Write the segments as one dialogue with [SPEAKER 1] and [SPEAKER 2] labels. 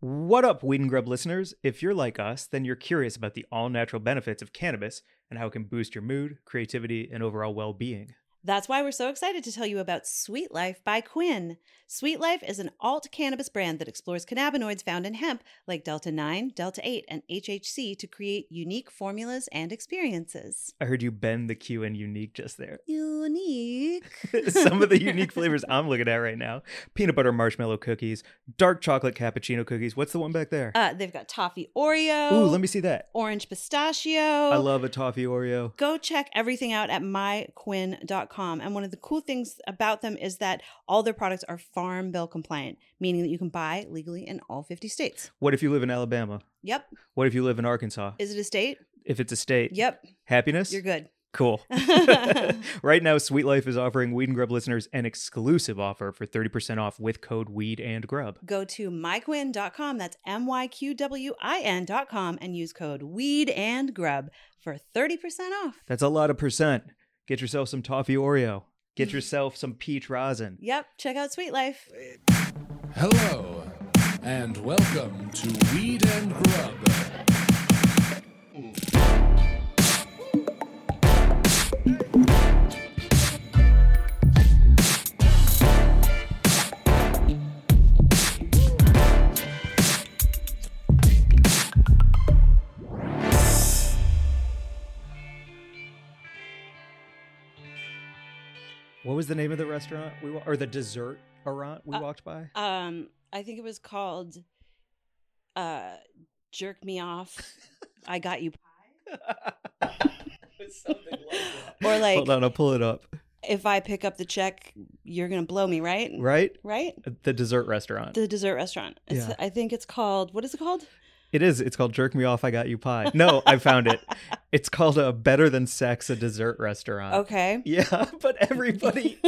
[SPEAKER 1] What up, Weed and Grub listeners? If you're like us, then you're curious about the all natural benefits of cannabis and how it can boost your mood, creativity, and overall well being.
[SPEAKER 2] That's why we're so excited to tell you about Sweet Life by Quinn. Sweet Life is an alt cannabis brand that explores cannabinoids found in hemp like Delta 9, Delta 8, and HHC to create unique formulas and experiences.
[SPEAKER 1] I heard you bend the Q and unique just there.
[SPEAKER 2] Unique.
[SPEAKER 1] Some of the unique flavors I'm looking at right now peanut butter marshmallow cookies, dark chocolate cappuccino cookies. What's the one back there?
[SPEAKER 2] Uh, they've got toffee Oreo,
[SPEAKER 1] Ooh, let me see that.
[SPEAKER 2] orange pistachio.
[SPEAKER 1] I love a toffee Oreo.
[SPEAKER 2] go check everything out at myquin.com. And one of the cool things about them is that all their products are farm bill compliant, meaning that you can buy legally in all 50 states.
[SPEAKER 1] What if you live in Alabama?
[SPEAKER 2] Yep.
[SPEAKER 1] What if you live in Arkansas?
[SPEAKER 2] Is it a state?
[SPEAKER 1] If it's a state,
[SPEAKER 2] Yep.
[SPEAKER 1] happiness?
[SPEAKER 2] You're good.
[SPEAKER 1] Cool. right now, Sweet Life is offering Weed and Grub listeners an exclusive offer for 30% off with code Weed and Grub.
[SPEAKER 2] Go to myquin.com, that's M Y Q W I N.com, and use code weed and grub for 30% off.
[SPEAKER 1] That's a lot of percent. Get yourself some toffee Oreo. Get yourself some peach rosin.
[SPEAKER 2] Yep. Check out Sweet Life.
[SPEAKER 3] Hello, and welcome to Weed and Grub.
[SPEAKER 1] What was the name of the restaurant we wa- or the dessert restaurant we
[SPEAKER 2] Uh,
[SPEAKER 1] walked by?
[SPEAKER 2] Um, I think it was called uh, Jerk Me Off. I got you. Or like
[SPEAKER 1] Hold on, I'll pull it up.
[SPEAKER 2] if I pick up the check, you're gonna blow me, right?
[SPEAKER 1] Right,
[SPEAKER 2] Right?
[SPEAKER 1] the dessert restaurant.
[SPEAKER 2] The dessert restaurant. It's,
[SPEAKER 1] Yeah.
[SPEAKER 2] I think it's called. What is it called?
[SPEAKER 1] it is. It's called Jerk Me Off. I got you pie. No, I found it. It's called a Better Than Sex, a dessert restaurant.
[SPEAKER 2] Okay.
[SPEAKER 1] Yeah, but everybody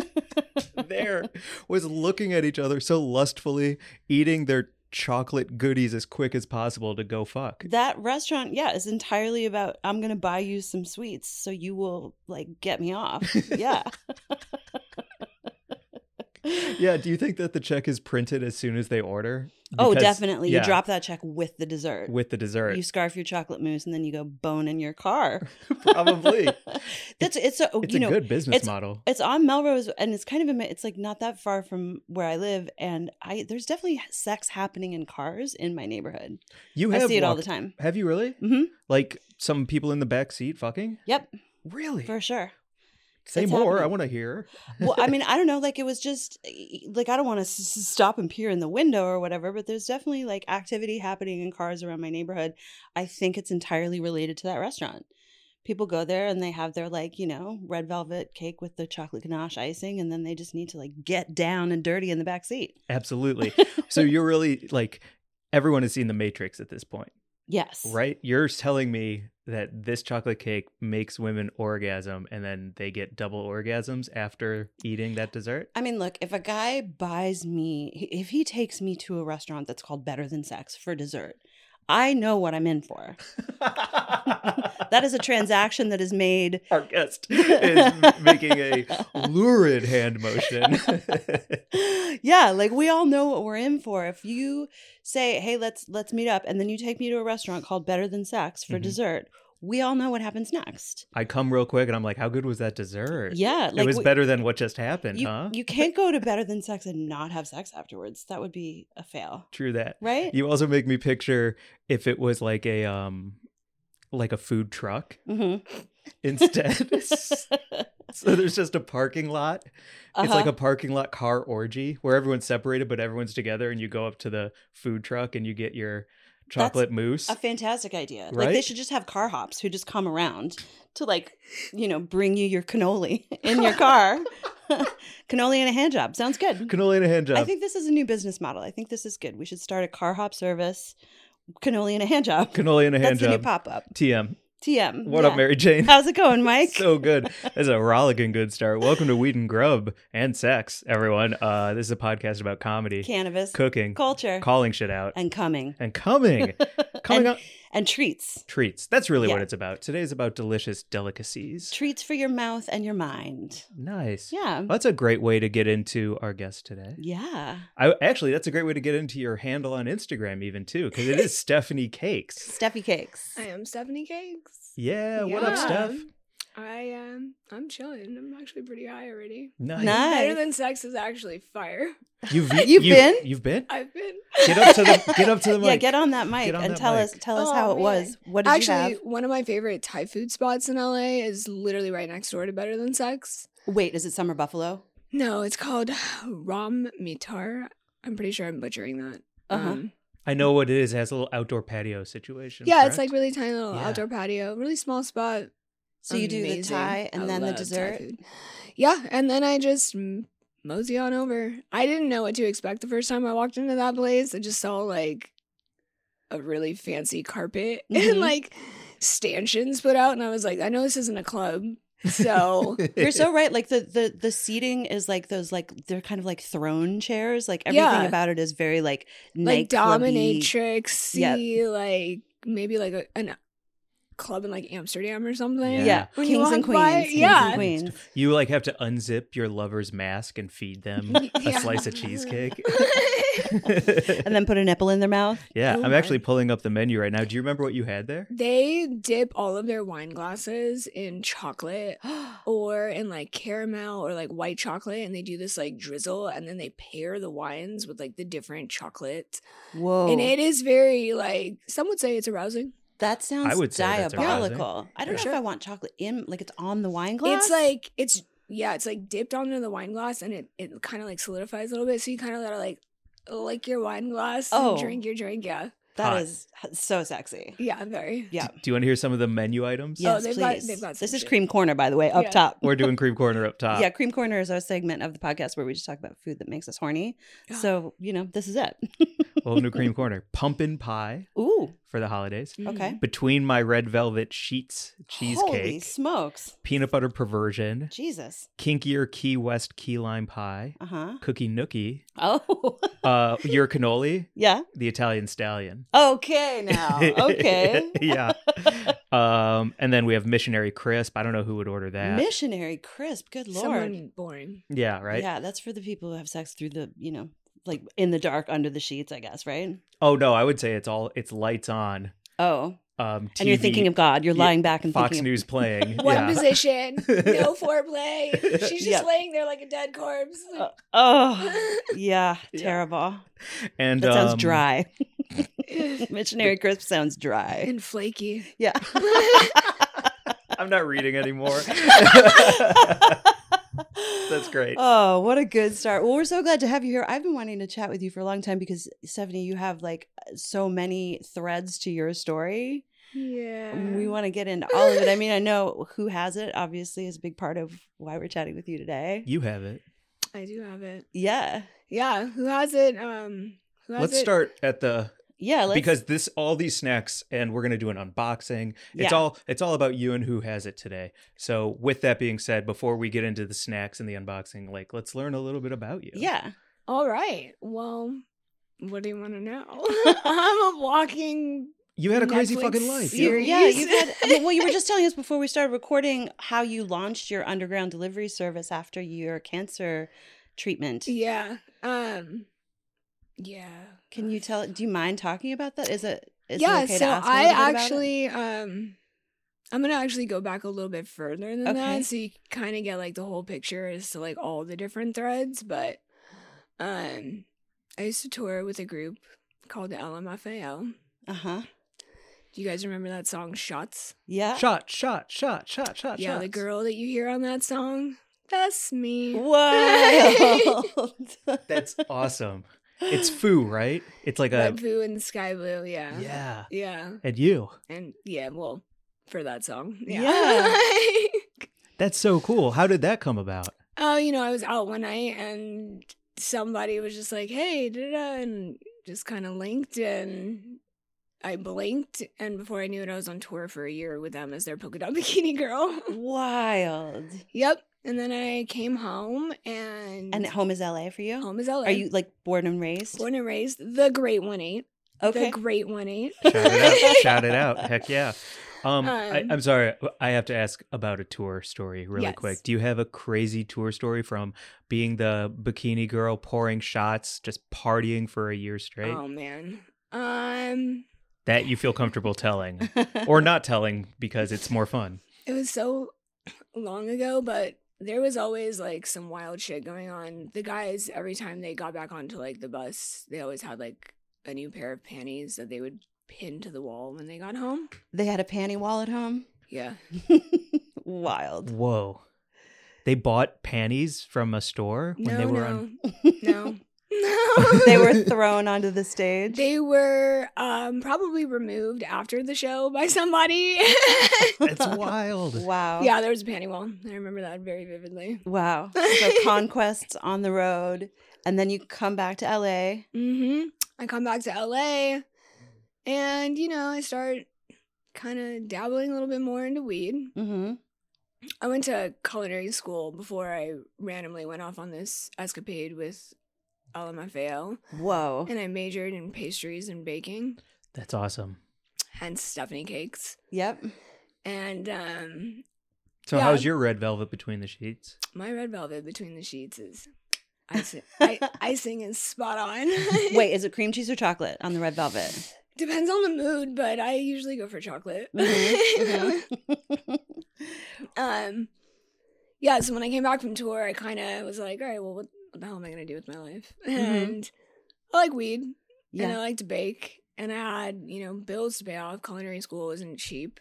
[SPEAKER 1] there was looking at each other so lustfully, eating their chocolate goodies as quick as possible to go fuck.
[SPEAKER 2] That restaurant, yeah, is entirely about. I'm gonna buy you some sweets, so you will like get me off. Yeah.
[SPEAKER 1] Yeah, do you think that the check is printed as soon as they order?
[SPEAKER 2] oh,
[SPEAKER 1] Because-
[SPEAKER 2] definitely.
[SPEAKER 1] yeah,
[SPEAKER 2] You drop that check with the dessert.
[SPEAKER 1] with the dessert.
[SPEAKER 2] you scarf your chocolate mousse, and then you go bone in your car.
[SPEAKER 1] Probably.
[SPEAKER 2] That's it's. A,
[SPEAKER 1] It's
[SPEAKER 2] you
[SPEAKER 1] a
[SPEAKER 2] know,
[SPEAKER 1] good business
[SPEAKER 2] it's-
[SPEAKER 1] model.
[SPEAKER 2] it's on Melrose, and it's kind of admit it's like not that far from where I live, and I there's definitely sex happening in cars in my neighborhood.
[SPEAKER 1] You
[SPEAKER 2] I
[SPEAKER 1] have
[SPEAKER 2] see it all the
[SPEAKER 1] walked-
[SPEAKER 2] time.
[SPEAKER 1] Have you really?
[SPEAKER 2] hmm
[SPEAKER 1] Like some people in the back seat fucking?
[SPEAKER 2] Yep,
[SPEAKER 1] Really?
[SPEAKER 2] for sure.
[SPEAKER 1] Say
[SPEAKER 2] it's
[SPEAKER 1] more. I
[SPEAKER 2] happening.
[SPEAKER 1] want to hear.
[SPEAKER 2] Well, I mean, I don't know. Like it was just e, like I don't want to s- s- stop and peer in the window or whatever, but there's definitely like activity happening in cars around my neighborhood. I think it's entirely related to that restaurant. People go there and they have their like you know red velvet cake with the chocolate ganache icing, and then they just need to like get down and dirty in the back seat.
[SPEAKER 1] Absolutely. so you're really like everyone has seen The Matrix at this point.
[SPEAKER 2] Yes.
[SPEAKER 1] Right? You're telling me that this chocolate cake makes women orgasm and then they get double orgasms after eating that dessert?
[SPEAKER 2] I mean, look, if a guy buys me, if he takes me to a restaurant that's called Better Than Sex for dessert, I know what I'm in for. That is a transaction that is made.
[SPEAKER 1] Our guest is making a lurid hand motion.
[SPEAKER 2] yeah, like we all know what we're in for. If you say, "Hey, let's let's meet up," and then you take me to a restaurant called Better Than Sex for
[SPEAKER 1] Mhm.
[SPEAKER 2] dessert, we all know what happens next.
[SPEAKER 1] I come real quick and I'm like, how good was that dessert?
[SPEAKER 2] Yeah,
[SPEAKER 1] it was
[SPEAKER 2] we-
[SPEAKER 1] better than what just happened,
[SPEAKER 2] you,
[SPEAKER 1] huh?
[SPEAKER 2] you can't go to Better Than Sex and not have sex afterwards. That would be a fail,
[SPEAKER 1] True that.
[SPEAKER 2] right?
[SPEAKER 1] You also make me picture if it was like a um like a food truck
[SPEAKER 2] hmm
[SPEAKER 1] instead. so there's just a parking lot.
[SPEAKER 2] Uh-huh.
[SPEAKER 1] It's like a parking lot car orgy where everyone's separated but everyone's together and you go up to the food truck and you get your chocolate mousse.
[SPEAKER 2] A fantastic idea. Like they
[SPEAKER 1] Right?
[SPEAKER 2] should just have car hops who just come around to like, you know, bring you your cannoli in your car. cannoli and a hand job. Sounds good.
[SPEAKER 1] cannoli and a hand
[SPEAKER 2] I
[SPEAKER 1] job.
[SPEAKER 2] think this is a new business model. I think this is good. We should start a car hop service. Cannoli and a hand job.
[SPEAKER 1] cannoli and a hand
[SPEAKER 2] That's the new
[SPEAKER 1] job.
[SPEAKER 2] pop up.
[SPEAKER 1] TM.
[SPEAKER 2] TM.
[SPEAKER 1] What up,
[SPEAKER 2] Yeah.
[SPEAKER 1] Mary Jane?
[SPEAKER 2] How's it going, Mike?
[SPEAKER 1] so good. That's a rollicking good start. Welcome to Weed and Grub and Sex, everyone. Uh, this is a podcast about comedy,
[SPEAKER 2] Cannabis
[SPEAKER 1] cooking,
[SPEAKER 2] culture
[SPEAKER 1] calling shit out,
[SPEAKER 2] and coming.
[SPEAKER 1] and coming. coming
[SPEAKER 2] And-
[SPEAKER 1] up.
[SPEAKER 2] and treats.
[SPEAKER 1] Treats. That's really what
[SPEAKER 2] Yeah.
[SPEAKER 1] it's about. Today's about delicious delicacies.
[SPEAKER 2] Treats for your mouth and your mind.
[SPEAKER 1] Nice.
[SPEAKER 2] Yeah.
[SPEAKER 1] Well, that's a great way to get into our guest today.
[SPEAKER 2] Yeah.
[SPEAKER 1] I actually that's a great way to get into your handle on Instagram even too because it is Stephanie Cakes.
[SPEAKER 2] Steffi cakes.
[SPEAKER 4] I am Stephanie Cakes.
[SPEAKER 1] Yeah, what up,
[SPEAKER 4] Yeah.
[SPEAKER 1] Steph?
[SPEAKER 4] I am. I'm chilling. I'm actually pretty high already.
[SPEAKER 1] Nice.
[SPEAKER 2] Nice.
[SPEAKER 4] Better than sex is actually fire.
[SPEAKER 1] You've,
[SPEAKER 2] You've been?
[SPEAKER 1] You've been.
[SPEAKER 4] I've been
[SPEAKER 1] Get up to the get up to the mic.
[SPEAKER 2] Yeah, get on that mic
[SPEAKER 1] Get on
[SPEAKER 2] and
[SPEAKER 1] that
[SPEAKER 2] tell
[SPEAKER 1] mic.
[SPEAKER 2] us tell us
[SPEAKER 4] Oh,
[SPEAKER 2] how it
[SPEAKER 4] man.
[SPEAKER 2] was. What did you
[SPEAKER 4] actually
[SPEAKER 2] have?
[SPEAKER 4] one of my favorite Thai food spots in LA is literally right next door to Better Than Sex.
[SPEAKER 2] Wait, is it Summer Buffalo?
[SPEAKER 4] No, it's called Ram Mitar. I'm pretty sure I'm butchering that.
[SPEAKER 2] Uh-huh.
[SPEAKER 4] Um,
[SPEAKER 1] I know what it is. It has a little outdoor patio situation.
[SPEAKER 4] yeah, it's like
[SPEAKER 1] correct?
[SPEAKER 4] really tiny little
[SPEAKER 1] Yeah.
[SPEAKER 4] outdoor patio, really small spot.
[SPEAKER 2] So you do the
[SPEAKER 4] Amazing.
[SPEAKER 2] Thai and
[SPEAKER 4] I
[SPEAKER 2] then the
[SPEAKER 4] love Thai
[SPEAKER 2] dessert.
[SPEAKER 4] food. Yeah, and then I just m- mosey on over. I didn't know what to expect the first time I walked into that place. I just saw like a really fancy carpet
[SPEAKER 2] Mhm.
[SPEAKER 4] and like stanchions put out, and I was like, I know this isn't a club, so
[SPEAKER 2] You're so right. Like the the the seating is like those like they're kind of like throne chairs. Like everything
[SPEAKER 4] Yeah.
[SPEAKER 2] about it is very like
[SPEAKER 4] like
[SPEAKER 2] nightclub-y.
[SPEAKER 4] dominatrix, like maybe like a, an uh, club in like Amsterdam or something.
[SPEAKER 1] Yeah.
[SPEAKER 2] Yeah,
[SPEAKER 4] When you
[SPEAKER 2] kings and
[SPEAKER 4] walk
[SPEAKER 2] queens.
[SPEAKER 4] by-
[SPEAKER 2] kings and
[SPEAKER 4] yeah.
[SPEAKER 2] queens.
[SPEAKER 1] you like have to unzip your lover's mask and feed them a
[SPEAKER 4] Yeah.
[SPEAKER 1] slice of cheesecake.
[SPEAKER 2] and then put a nipple in their mouth.
[SPEAKER 1] yeah,
[SPEAKER 4] Oh
[SPEAKER 1] I'm
[SPEAKER 4] my.
[SPEAKER 1] actually pulling up the menu right now. Do you remember what you had there?
[SPEAKER 4] They dip all of their wine glasses in chocolate or in like caramel or like white chocolate and they do this like drizzle and then they pair the wines with like the different chocolates.
[SPEAKER 2] Whoa.
[SPEAKER 4] And it is very like some would say it's arousing.
[SPEAKER 2] that sounds
[SPEAKER 1] would say that's arousing.
[SPEAKER 2] diabolical. I don't know
[SPEAKER 4] Sure.
[SPEAKER 2] if I want chocolate in like it's on the wine glass.
[SPEAKER 4] It's like it's yeah, it's like dipped onto the wine glass and it it kind of like solidifies a little bit so you kind of got to like lick your wine glass
[SPEAKER 2] Oh.
[SPEAKER 4] and drink your drink. Yeah.
[SPEAKER 2] that
[SPEAKER 1] hot.
[SPEAKER 2] is so sexy.
[SPEAKER 4] Yeah, very.
[SPEAKER 2] Yeah.
[SPEAKER 1] Do you want to hear some of the menu items?
[SPEAKER 2] Yes,
[SPEAKER 4] Oh, they've
[SPEAKER 2] please.
[SPEAKER 4] got- they've got some
[SPEAKER 2] this is
[SPEAKER 4] shit.
[SPEAKER 2] cream corner, by the way, up
[SPEAKER 4] Yeah.
[SPEAKER 2] top.
[SPEAKER 1] We're doing cream corner up top.
[SPEAKER 2] Yeah, cream corner is our segment of the podcast where we just talk about food that makes us horny.
[SPEAKER 4] Yeah.
[SPEAKER 2] So you know, this is it.
[SPEAKER 1] Old new cream corner. Pumpkin pie
[SPEAKER 2] Ooh,
[SPEAKER 1] for the holidays.
[SPEAKER 4] Mm-hmm.
[SPEAKER 2] okay.
[SPEAKER 1] Between my red velvet sheets
[SPEAKER 2] Holy
[SPEAKER 1] cheesecake.
[SPEAKER 2] smokes,
[SPEAKER 1] peanut butter perversion.
[SPEAKER 2] Jesus.
[SPEAKER 1] Kinkier Key West Key Lime Pie.
[SPEAKER 2] Uh huh.
[SPEAKER 1] Cookie Nookie.
[SPEAKER 2] Oh,
[SPEAKER 1] Uh, your cannoli.
[SPEAKER 2] yeah.
[SPEAKER 1] The Italian Stallion.
[SPEAKER 2] Okay, now. Oh, Okay.
[SPEAKER 1] yeah. Um, and then we have Missionary Crisp. I don't know who would order that.
[SPEAKER 2] Missionary crisp. Good lord.
[SPEAKER 4] Someone boring.
[SPEAKER 1] yeah, right.
[SPEAKER 2] Yeah, that's for the people who have sex through the, you know, like in the dark under the sheets, I guess, right?
[SPEAKER 1] Oh no, I would say it's all it's lights on.
[SPEAKER 2] Oh,
[SPEAKER 1] Um,
[SPEAKER 2] and you're
[SPEAKER 1] TV,
[SPEAKER 2] thinking of God. You're
[SPEAKER 1] yeah,
[SPEAKER 2] lying back and
[SPEAKER 1] Fox
[SPEAKER 2] thinking. of-
[SPEAKER 1] News playing.
[SPEAKER 4] One
[SPEAKER 1] yeah.
[SPEAKER 4] position, no foreplay. She's just
[SPEAKER 2] Yeah.
[SPEAKER 4] laying there like a dead corpse.
[SPEAKER 2] Uh, oh, yeah, terrible.
[SPEAKER 1] And
[SPEAKER 2] That sounds
[SPEAKER 1] um,
[SPEAKER 2] dry. Missionary crisp sounds dry.
[SPEAKER 4] and flaky.
[SPEAKER 2] Yeah.
[SPEAKER 1] I'm not reading anymore. That's great.
[SPEAKER 2] Oh, what a good start. Well, we're so glad to have you here. I've been wanting to chat with you for a long time because, Stephanie, you have like so many threads to your story.
[SPEAKER 4] Yeah.
[SPEAKER 2] We want to get into all of it. I mean, I know who has it, obviously, is a big part of why we're chatting with you today.
[SPEAKER 1] you have it.
[SPEAKER 4] I do have it.
[SPEAKER 2] Yeah.
[SPEAKER 4] Yeah. Who has it? Um. Who has
[SPEAKER 1] Let's
[SPEAKER 4] it?
[SPEAKER 1] start at the
[SPEAKER 2] Yeah. Let's,
[SPEAKER 1] because this all these snacks and we're going to do an unboxing it's
[SPEAKER 2] Yeah.
[SPEAKER 1] all it's all about you and who has it today so with that being said before we get into the snacks and the unboxing like let's learn a little bit about you
[SPEAKER 2] yeah.
[SPEAKER 4] All right. Well, what do you want to know? I'm a walking.
[SPEAKER 1] you had a crazy
[SPEAKER 4] Netflix
[SPEAKER 1] fucking life
[SPEAKER 2] You,
[SPEAKER 1] you,
[SPEAKER 4] series.
[SPEAKER 2] yeah. You've had, I mean, well, you were just telling us before we started recording how you launched your underground delivery service after your cancer treatment.
[SPEAKER 4] Yeah. Um. Yeah.
[SPEAKER 2] Can you tell? Do you mind talking about that? Is it? Is
[SPEAKER 4] yeah.
[SPEAKER 2] It okay to
[SPEAKER 4] so
[SPEAKER 2] ask a
[SPEAKER 4] I
[SPEAKER 2] little bit about it?
[SPEAKER 4] actually. Um. I'm gonna actually go back a little bit further than
[SPEAKER 2] Okay.
[SPEAKER 4] that, so you kind of get like the whole picture as to like all the different threads. But, um, I used to tour with a group called LMFAO.
[SPEAKER 2] Uh huh.
[SPEAKER 4] Do you guys remember that song Shots?
[SPEAKER 2] Yeah.
[SPEAKER 1] shot shot shot shot shot
[SPEAKER 4] yeah, the
[SPEAKER 1] shots.
[SPEAKER 4] girl that you hear on that song. That's me.
[SPEAKER 2] Wild.
[SPEAKER 1] that's awesome it's foo right it's like a
[SPEAKER 4] Red Boo and Sky Blue, yeah.
[SPEAKER 1] yeah
[SPEAKER 4] Yeah.
[SPEAKER 1] and you
[SPEAKER 4] And yeah, well, for that song. Yeah.
[SPEAKER 2] Yeah.
[SPEAKER 1] that's so cool how did that come about
[SPEAKER 4] oh, you know, I was out one night and somebody was just like, hey, da da and just kind of linked and I blinked and before I knew it I was on tour for a year with them as their polka dot bikini girl.
[SPEAKER 2] Wild.
[SPEAKER 4] yep. And then I came home and
[SPEAKER 2] And home is LA for you.
[SPEAKER 4] home is LA.
[SPEAKER 2] Are you like born and raised?
[SPEAKER 4] born and raised the great one eight
[SPEAKER 2] Okay.
[SPEAKER 4] The great one eight.
[SPEAKER 1] Shout it out. Shout it out. Heck yeah. Um, I,
[SPEAKER 4] Um,
[SPEAKER 1] I'm sorry. I have to ask about a tour story really
[SPEAKER 4] Yes.
[SPEAKER 1] quick. Do you have a crazy tour story from being the bikini girl, pouring shots, just partying for a year straight
[SPEAKER 4] Oh man. Um
[SPEAKER 1] that you feel comfortable telling or not telling because it's more fun?
[SPEAKER 4] it was so long ago, but there was always like some wild shit going on. The guys, every time they got back onto like the bus, they always had like a new pair of panties that they would pin to the wall when they got home.
[SPEAKER 2] they had a panty wall at home.
[SPEAKER 4] Yeah.
[SPEAKER 2] Wild.
[SPEAKER 1] Whoa. They bought panties from a store when
[SPEAKER 4] no,
[SPEAKER 1] they were
[SPEAKER 4] no,
[SPEAKER 1] on.
[SPEAKER 4] no. No.
[SPEAKER 2] they were thrown onto the stage.
[SPEAKER 4] They were um, probably removed after the show by somebody.
[SPEAKER 1] It's wild.
[SPEAKER 2] wow.
[SPEAKER 4] yeah, there was a panty wall. I remember that very vividly.
[SPEAKER 2] Wow. So conquests on the road, and then you come back to LA.
[SPEAKER 4] hmm I come back to LA and, you know, I start kind of dabbling a little bit more into weed.
[SPEAKER 2] Mm-hmm.
[SPEAKER 4] I went to culinary school before I randomly went off on this escapade with LMFAO
[SPEAKER 2] Whoa.
[SPEAKER 4] and I majored in pastries and baking,
[SPEAKER 1] That's awesome.
[SPEAKER 4] hence Stephanie Cakes.
[SPEAKER 2] Yep.
[SPEAKER 4] And um,
[SPEAKER 1] So,
[SPEAKER 4] Yeah.
[SPEAKER 1] how's your red velvet between the sheets?
[SPEAKER 4] my red velvet between the sheets is. I, si- I, I sing is spot on.
[SPEAKER 2] Wait, is it cream cheese or chocolate on the red velvet? Mm-hmm.
[SPEAKER 4] Depends on the mood, but I usually go for chocolate.
[SPEAKER 2] Mhm, mhm.
[SPEAKER 4] um, yeah, so when I came back from tour, I kind of was like, all right, well, what the hell am I going to do with my life?
[SPEAKER 1] Mm-hmm.
[SPEAKER 4] And I like weed and I
[SPEAKER 2] yeah.
[SPEAKER 4] like to bake. And I had, you know, bills to pay off. Culinary school isn't cheap.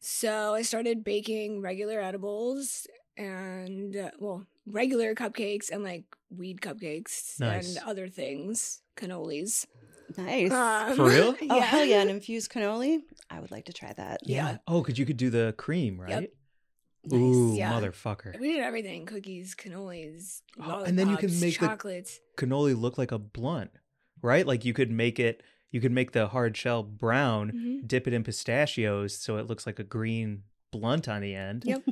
[SPEAKER 4] So I started baking regular edibles and, uh, well, regular cupcakes and like weed cupcakes
[SPEAKER 1] Nice.
[SPEAKER 4] and other things, cannolis.
[SPEAKER 2] Nice.
[SPEAKER 4] Um,
[SPEAKER 1] For real?
[SPEAKER 2] oh, hell yeah. An infused cannoli? I would like to try that.
[SPEAKER 4] Yeah.
[SPEAKER 1] Oh, because you could do the cream, right?
[SPEAKER 2] Nice.
[SPEAKER 1] Ooh,
[SPEAKER 4] Yeah.
[SPEAKER 1] motherfucker.
[SPEAKER 4] We did everything: cookies, cannolis,
[SPEAKER 1] Oh,
[SPEAKER 4] lollipops,
[SPEAKER 1] and then you can make the-
[SPEAKER 4] chocolates.
[SPEAKER 1] cannoli look like a blunt, right? Like you could make it, you could make the hard shell brown,
[SPEAKER 4] Mhm.
[SPEAKER 1] dip it in pistachios so it looks like a green blunt on the end.
[SPEAKER 4] Yep.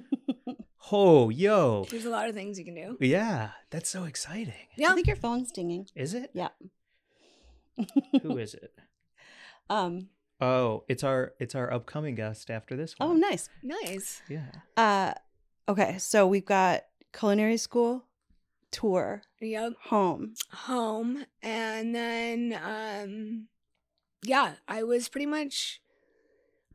[SPEAKER 1] Oh, yo.
[SPEAKER 4] There's a lot of things you can do.
[SPEAKER 1] Yeah, that's so exciting.
[SPEAKER 2] I
[SPEAKER 4] Yeah,
[SPEAKER 2] think your phone's dinging.
[SPEAKER 1] Is it?
[SPEAKER 2] Yeah.
[SPEAKER 1] Who is it?
[SPEAKER 2] Um.
[SPEAKER 1] Oh, it's our it's our upcoming guest after this one.
[SPEAKER 2] Oh, nice.
[SPEAKER 4] nice.
[SPEAKER 1] Yeah.
[SPEAKER 2] Uh. Okay. So we've got culinary school, tour,
[SPEAKER 4] Yep,
[SPEAKER 2] home.
[SPEAKER 4] home, and then um, yeah, I was pretty much.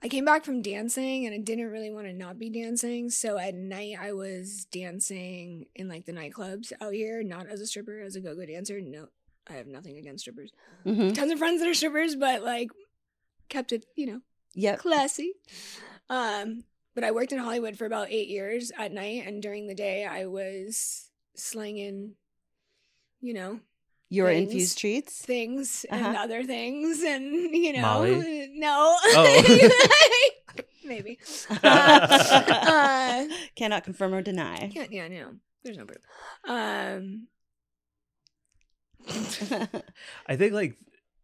[SPEAKER 4] I came back from dancing, and I didn't really want to not be dancing. So at night, I was dancing in like the nightclubs out here, not as a stripper, as a go-go dancer. No, I have nothing against strippers.
[SPEAKER 2] Mm-hmm.
[SPEAKER 4] Tons of friends that are strippers, but like kept it, you know,
[SPEAKER 2] Yep.
[SPEAKER 4] classy. Um, but I worked in Hollywood for about eight years at night, and during the day, I was slinging, you know,
[SPEAKER 2] Your
[SPEAKER 4] things.
[SPEAKER 2] infused treats.
[SPEAKER 4] things and
[SPEAKER 2] Uh-huh.
[SPEAKER 4] other things, and you know,
[SPEAKER 1] Molly?
[SPEAKER 4] no,
[SPEAKER 1] Oh.
[SPEAKER 4] maybe. Uh,
[SPEAKER 2] Cannot confirm or deny.
[SPEAKER 4] yeah, yeah, no, there's no proof. Um,
[SPEAKER 1] I think like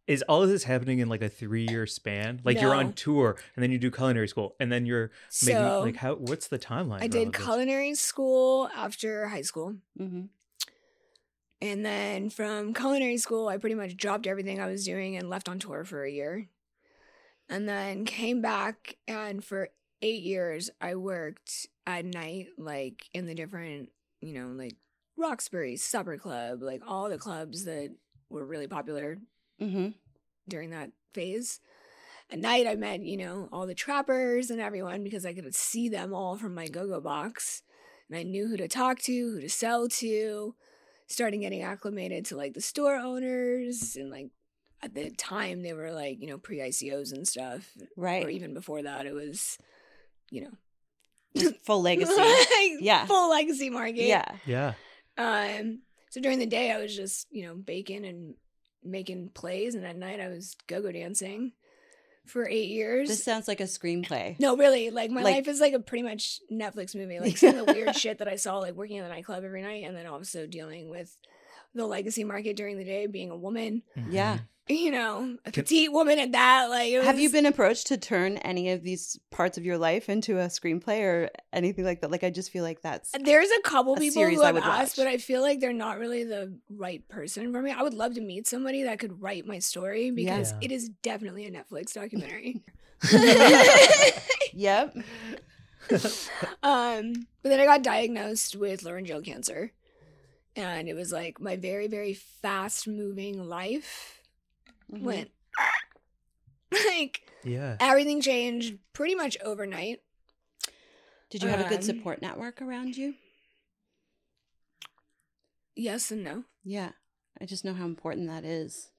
[SPEAKER 1] is all of this happening in like a three year span? Like you're
[SPEAKER 4] No.
[SPEAKER 1] on tour and then you do culinary school and then you're making
[SPEAKER 4] so
[SPEAKER 1] like how what's the timeline?
[SPEAKER 4] I
[SPEAKER 1] for all
[SPEAKER 4] did
[SPEAKER 1] of this?
[SPEAKER 4] culinary school after high school.
[SPEAKER 2] Mhm.
[SPEAKER 4] And then from culinary school, I pretty much dropped everything I was doing and left on tour for a year. And then came back, and for eight years, I worked at night, like in the different, you know, like Roxbury, Supper Club, like all the clubs that were really popular
[SPEAKER 2] Mhm.
[SPEAKER 4] during that phase. At night, I met, you know, all the trappers and everyone because I could see them all from my go go box. And I knew who to talk to, who to sell to. Started getting acclimated to like the store owners. And like at the time, they were like, you know, pre ICOs and stuff. Or
[SPEAKER 2] Right.
[SPEAKER 4] even before that, it was, you know,
[SPEAKER 2] Just full legacy.
[SPEAKER 4] like,
[SPEAKER 2] Yeah.
[SPEAKER 4] full legacy market.
[SPEAKER 2] yeah.
[SPEAKER 1] Yeah.
[SPEAKER 4] Um, so during the day, I was just, you know, baking and making plays, and at night, I was go go dancing for eight years.
[SPEAKER 2] This sounds like a screenplay.
[SPEAKER 4] no, really, like my
[SPEAKER 2] Like-
[SPEAKER 4] life is like a pretty much Netflix movie. Like some of the weird shit that I saw, like working at the nightclub every night, and then also dealing with the legacy market during the day, being a woman,
[SPEAKER 2] Yeah.
[SPEAKER 4] you know, a
[SPEAKER 1] Can-
[SPEAKER 4] petite woman at that. Like, it
[SPEAKER 2] Have you
[SPEAKER 4] was-
[SPEAKER 2] been approached to turn any of these parts of your life into a screenplay or anything like that? Like, I just feel like that's
[SPEAKER 4] There's a couple
[SPEAKER 2] a
[SPEAKER 4] people
[SPEAKER 2] series
[SPEAKER 4] who
[SPEAKER 2] I
[SPEAKER 4] have
[SPEAKER 2] would
[SPEAKER 4] asked,
[SPEAKER 2] watch.
[SPEAKER 4] but I feel like they're not really the right person for me. I would love to meet somebody that could write my story because
[SPEAKER 1] Yeah.
[SPEAKER 4] it is definitely a Netflix documentary.
[SPEAKER 2] yep.
[SPEAKER 4] um, but then I got diagnosed with laryngeal cancer, and it was like my very, very fast moving life
[SPEAKER 2] Mm-hmm.
[SPEAKER 4] went like
[SPEAKER 1] Mm-hmm. Yeah.
[SPEAKER 4] everything changed pretty much overnight.
[SPEAKER 2] Did you have a
[SPEAKER 4] Um,
[SPEAKER 2] good support network around you?
[SPEAKER 4] Yes and no.
[SPEAKER 2] Yeah. I just know how important that is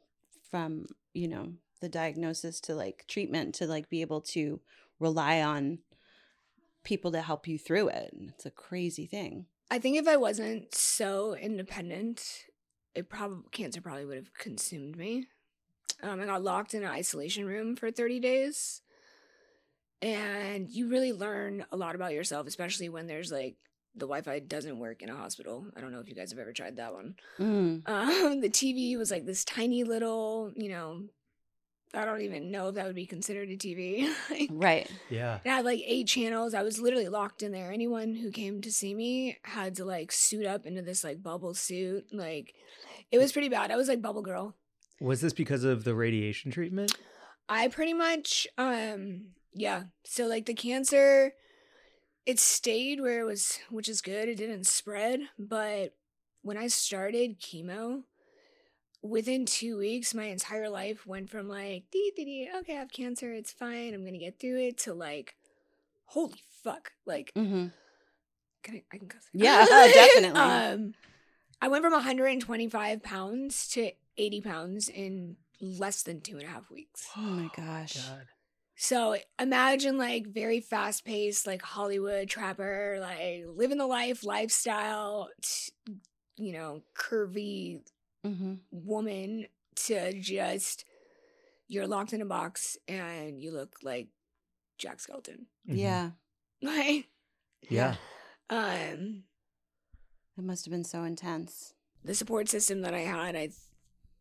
[SPEAKER 2] from, you know, the diagnosis to like treatment to like be able to rely on people to help you through it. And It's a crazy thing.
[SPEAKER 4] I think if I wasn't so independent, it probably cancer probably would have consumed me. Um, I got locked in an isolation room for 30 days. And you really learn a lot about yourself, especially when there's like the Wi Fi doesn't work in a hospital. I don't know if you guys have ever tried that one.
[SPEAKER 2] Mm.
[SPEAKER 4] Um, the TV was like this tiny little, you know, I don't even know if that would be considered a TV. Like,
[SPEAKER 2] Right.
[SPEAKER 1] Yeah.
[SPEAKER 4] and I had like eight channels. I was literally locked in there. Anyone who came to see me had to like suit up into this like bubble suit. Like it was pretty bad. I was like bubble girl.
[SPEAKER 1] Was this because of the radiation treatment?
[SPEAKER 4] I pretty much um yeah. So like the cancer it stayed where it was which is good. It didn't spread, but when I started chemo within 2 weeks my entire life went from like dee dee dee okay, I have cancer, it's fine. I'm going to get through it to like holy fuck. Like
[SPEAKER 2] hmm
[SPEAKER 4] Can I, I can cuss.
[SPEAKER 2] Yeah, uh-huh, definitely.
[SPEAKER 4] Um, I went from 125 pounds to 80 pounds in less than two and a half weeks.
[SPEAKER 2] Oh my gosh.
[SPEAKER 4] So imagine like very fast paced, like Hollywood trapper, like living the life lifestyle, t- you know, curvy
[SPEAKER 2] Mm-hmm.
[SPEAKER 4] woman to just you're locked in a box and you look like Jack Skelton.
[SPEAKER 1] Mhm.
[SPEAKER 2] Yeah.
[SPEAKER 4] Like,
[SPEAKER 1] Yeah.
[SPEAKER 4] um,
[SPEAKER 2] It must have been so intense.
[SPEAKER 4] the support system that I had, I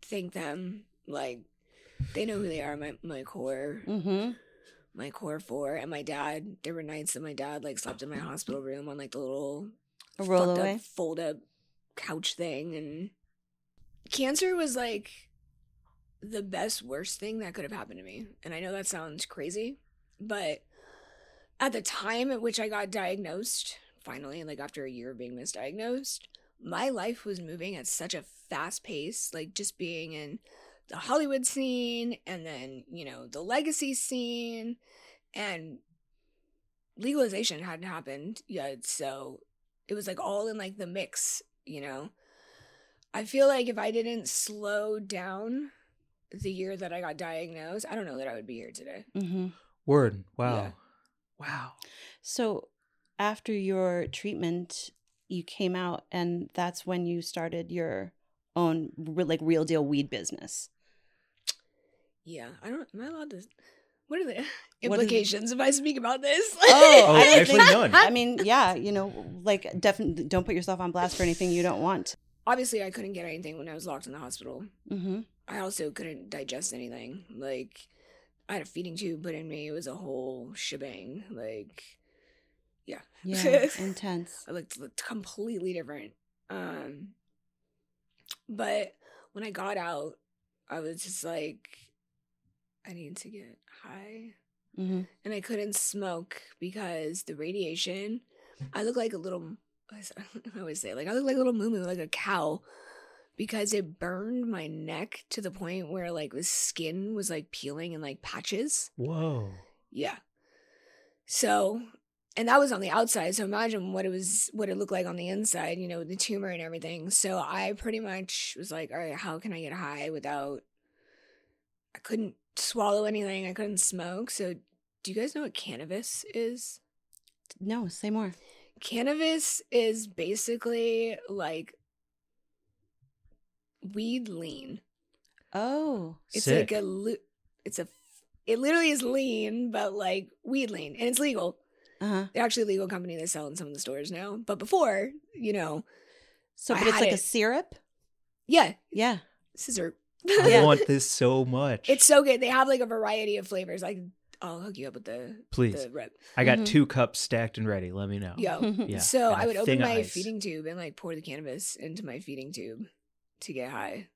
[SPEAKER 4] thank them. Like they know who they are. My my core,
[SPEAKER 2] Mm-hmm.
[SPEAKER 4] my core four, and my dad. There were nights that my dad like slept in my hospital room on like the little
[SPEAKER 2] A
[SPEAKER 4] fucked
[SPEAKER 2] roll
[SPEAKER 4] up,
[SPEAKER 2] away.
[SPEAKER 4] fold up couch thing, and cancer was like the best worst thing that could have happened to me. And I know that sounds crazy, but at the time at which I got diagnosed, finally, like after a year of being misdiagnosed, my life was moving at such a fast pace, like just being in the Hollywood scene and then, you know, the legacy scene and legalization hadn't happened yet. So it was like all in like the mix, you know. I feel like if I didn't slow down the year that I got diagnosed, I don't know that I would be here today.
[SPEAKER 2] Mm-hmm.
[SPEAKER 1] Word. Wow.
[SPEAKER 4] Yeah.
[SPEAKER 1] Wow.
[SPEAKER 2] So, after your treatment, you came out, and that's when you started your own, re- like, real deal weed business.
[SPEAKER 4] Yeah, I don't. Am I allowed to? What are the
[SPEAKER 2] What is-
[SPEAKER 4] implications if I speak about this?
[SPEAKER 1] Oh,
[SPEAKER 2] I don't
[SPEAKER 1] actually,
[SPEAKER 2] think-
[SPEAKER 1] none.
[SPEAKER 2] I mean, yeah, you know, like, definitely don't put yourself on blast for anything you don't want.
[SPEAKER 4] Obviously, I couldn't get anything when I was locked in the hospital.
[SPEAKER 2] Mm-hmm.
[SPEAKER 4] I also couldn't digest anything. Like, I had a feeding tube put in me. It was a whole shebang. Like,
[SPEAKER 2] Yeah, intense.
[SPEAKER 4] I looked, looked completely different. Um, but when I got out, I was just like, I need to get high.
[SPEAKER 2] Mm-hmm.
[SPEAKER 4] and I couldn't smoke because the radiation. I look like a little. I always say like I look like a little moo like a cow, because it burned my neck to the point where like the skin was like peeling in like patches.
[SPEAKER 1] Whoa.
[SPEAKER 4] Yeah. So, and that was on the outside. So imagine what it was, what it looked like on the inside. You know, with the tumor and everything. So I pretty much was like, all right, how can I get high without? I couldn't swallow anything. I couldn't smoke. So, do you guys know what cannabis is?
[SPEAKER 2] No, say more.
[SPEAKER 4] Cannabis is basically like weed lean.
[SPEAKER 2] Oh,
[SPEAKER 4] It's
[SPEAKER 1] Sick.
[SPEAKER 4] like a lu- it's a it literally is lean, but like weed lean, and it's legal.
[SPEAKER 2] uh huh.
[SPEAKER 4] They're actually a legal company they sell in some of the stores now. But before, you know,
[SPEAKER 2] So,
[SPEAKER 4] I
[SPEAKER 2] but it's
[SPEAKER 4] had
[SPEAKER 2] like a
[SPEAKER 4] it.
[SPEAKER 2] syrup.
[SPEAKER 4] Yeah,
[SPEAKER 2] Yeah.
[SPEAKER 4] scissor.
[SPEAKER 1] I
[SPEAKER 2] Yeah.
[SPEAKER 1] want this so much.
[SPEAKER 4] It's so good. They have like a variety of flavors. Like I'll hook you up with the
[SPEAKER 1] Please.
[SPEAKER 4] the rep.
[SPEAKER 1] I got
[SPEAKER 2] Mhm.
[SPEAKER 1] two cups stacked and ready. Let me know.
[SPEAKER 2] Oh.
[SPEAKER 4] Yo.
[SPEAKER 1] Yeah.
[SPEAKER 4] Mm-hmm. So
[SPEAKER 1] and
[SPEAKER 4] I
[SPEAKER 1] a
[SPEAKER 4] would
[SPEAKER 1] thing
[SPEAKER 4] open
[SPEAKER 1] of
[SPEAKER 4] my
[SPEAKER 1] ice.
[SPEAKER 4] feeding tube and like pour the cannabis into my feeding tube to get high,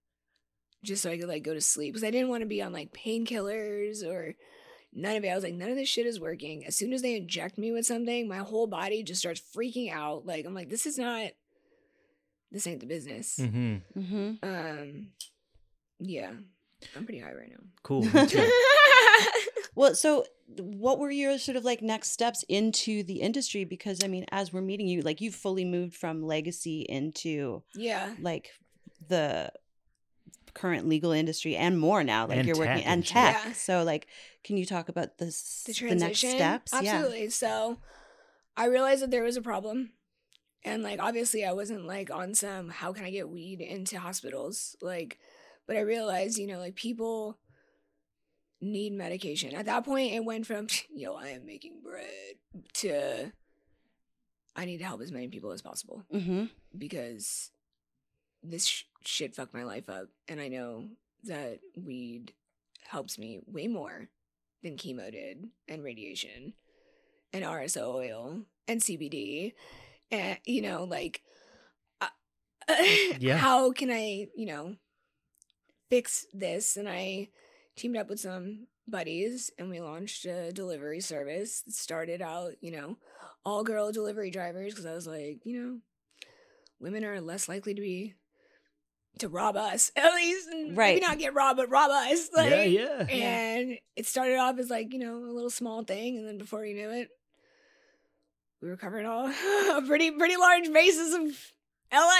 [SPEAKER 4] just so I could like go to sleep because I didn't want to be on like painkillers or none of it. I was like, none of this shit is working. As soon as they inject me with something, my whole body just starts freaking out. Like I'm like, this is not, this ain't the business.
[SPEAKER 1] Mm-hmm.
[SPEAKER 2] Mm-hmm.
[SPEAKER 4] Um, yeah, I'm pretty high right now.
[SPEAKER 1] Cool. me too.
[SPEAKER 2] Well, so what were your sort of like next steps into the industry? Because I mean, as we're meeting you, like you've fully moved from legacy into
[SPEAKER 4] yeah.
[SPEAKER 2] like the current legal industry and more now. Like
[SPEAKER 1] And
[SPEAKER 2] you're working
[SPEAKER 1] tech
[SPEAKER 2] and
[SPEAKER 1] and shit. Yeah.
[SPEAKER 2] tech. So like, can you talk about this
[SPEAKER 4] the
[SPEAKER 2] the,
[SPEAKER 4] transition.
[SPEAKER 2] next steps?
[SPEAKER 4] Absolutely. So I realized that there was a problem. And like obviously I wasn't like on some how can I get weed into hospitals? Like but I realized, you know, like people need medication. At that point it went from yo, I am making bread to I need to help as many people as possible
[SPEAKER 2] Yeah. Mm-hmm.
[SPEAKER 4] because this sh- shit fucked my life up and i know that weed helps me way more than chemo did and radiation and rso oil and cbd and eh, you know like uh,
[SPEAKER 1] Yeah.
[SPEAKER 4] how can i you know fix this and i teamed up with some buddies and we launched a delivery service that started out you know all girl delivery drivers because i was like you know women are less likely to be to rob us at least and
[SPEAKER 2] Right.
[SPEAKER 4] maybe not get robbed but rob us like
[SPEAKER 1] yeah, yeah.
[SPEAKER 4] and it started off as like you know a little small thing and then before you knew it we were covering all a pretty pretty large basis of la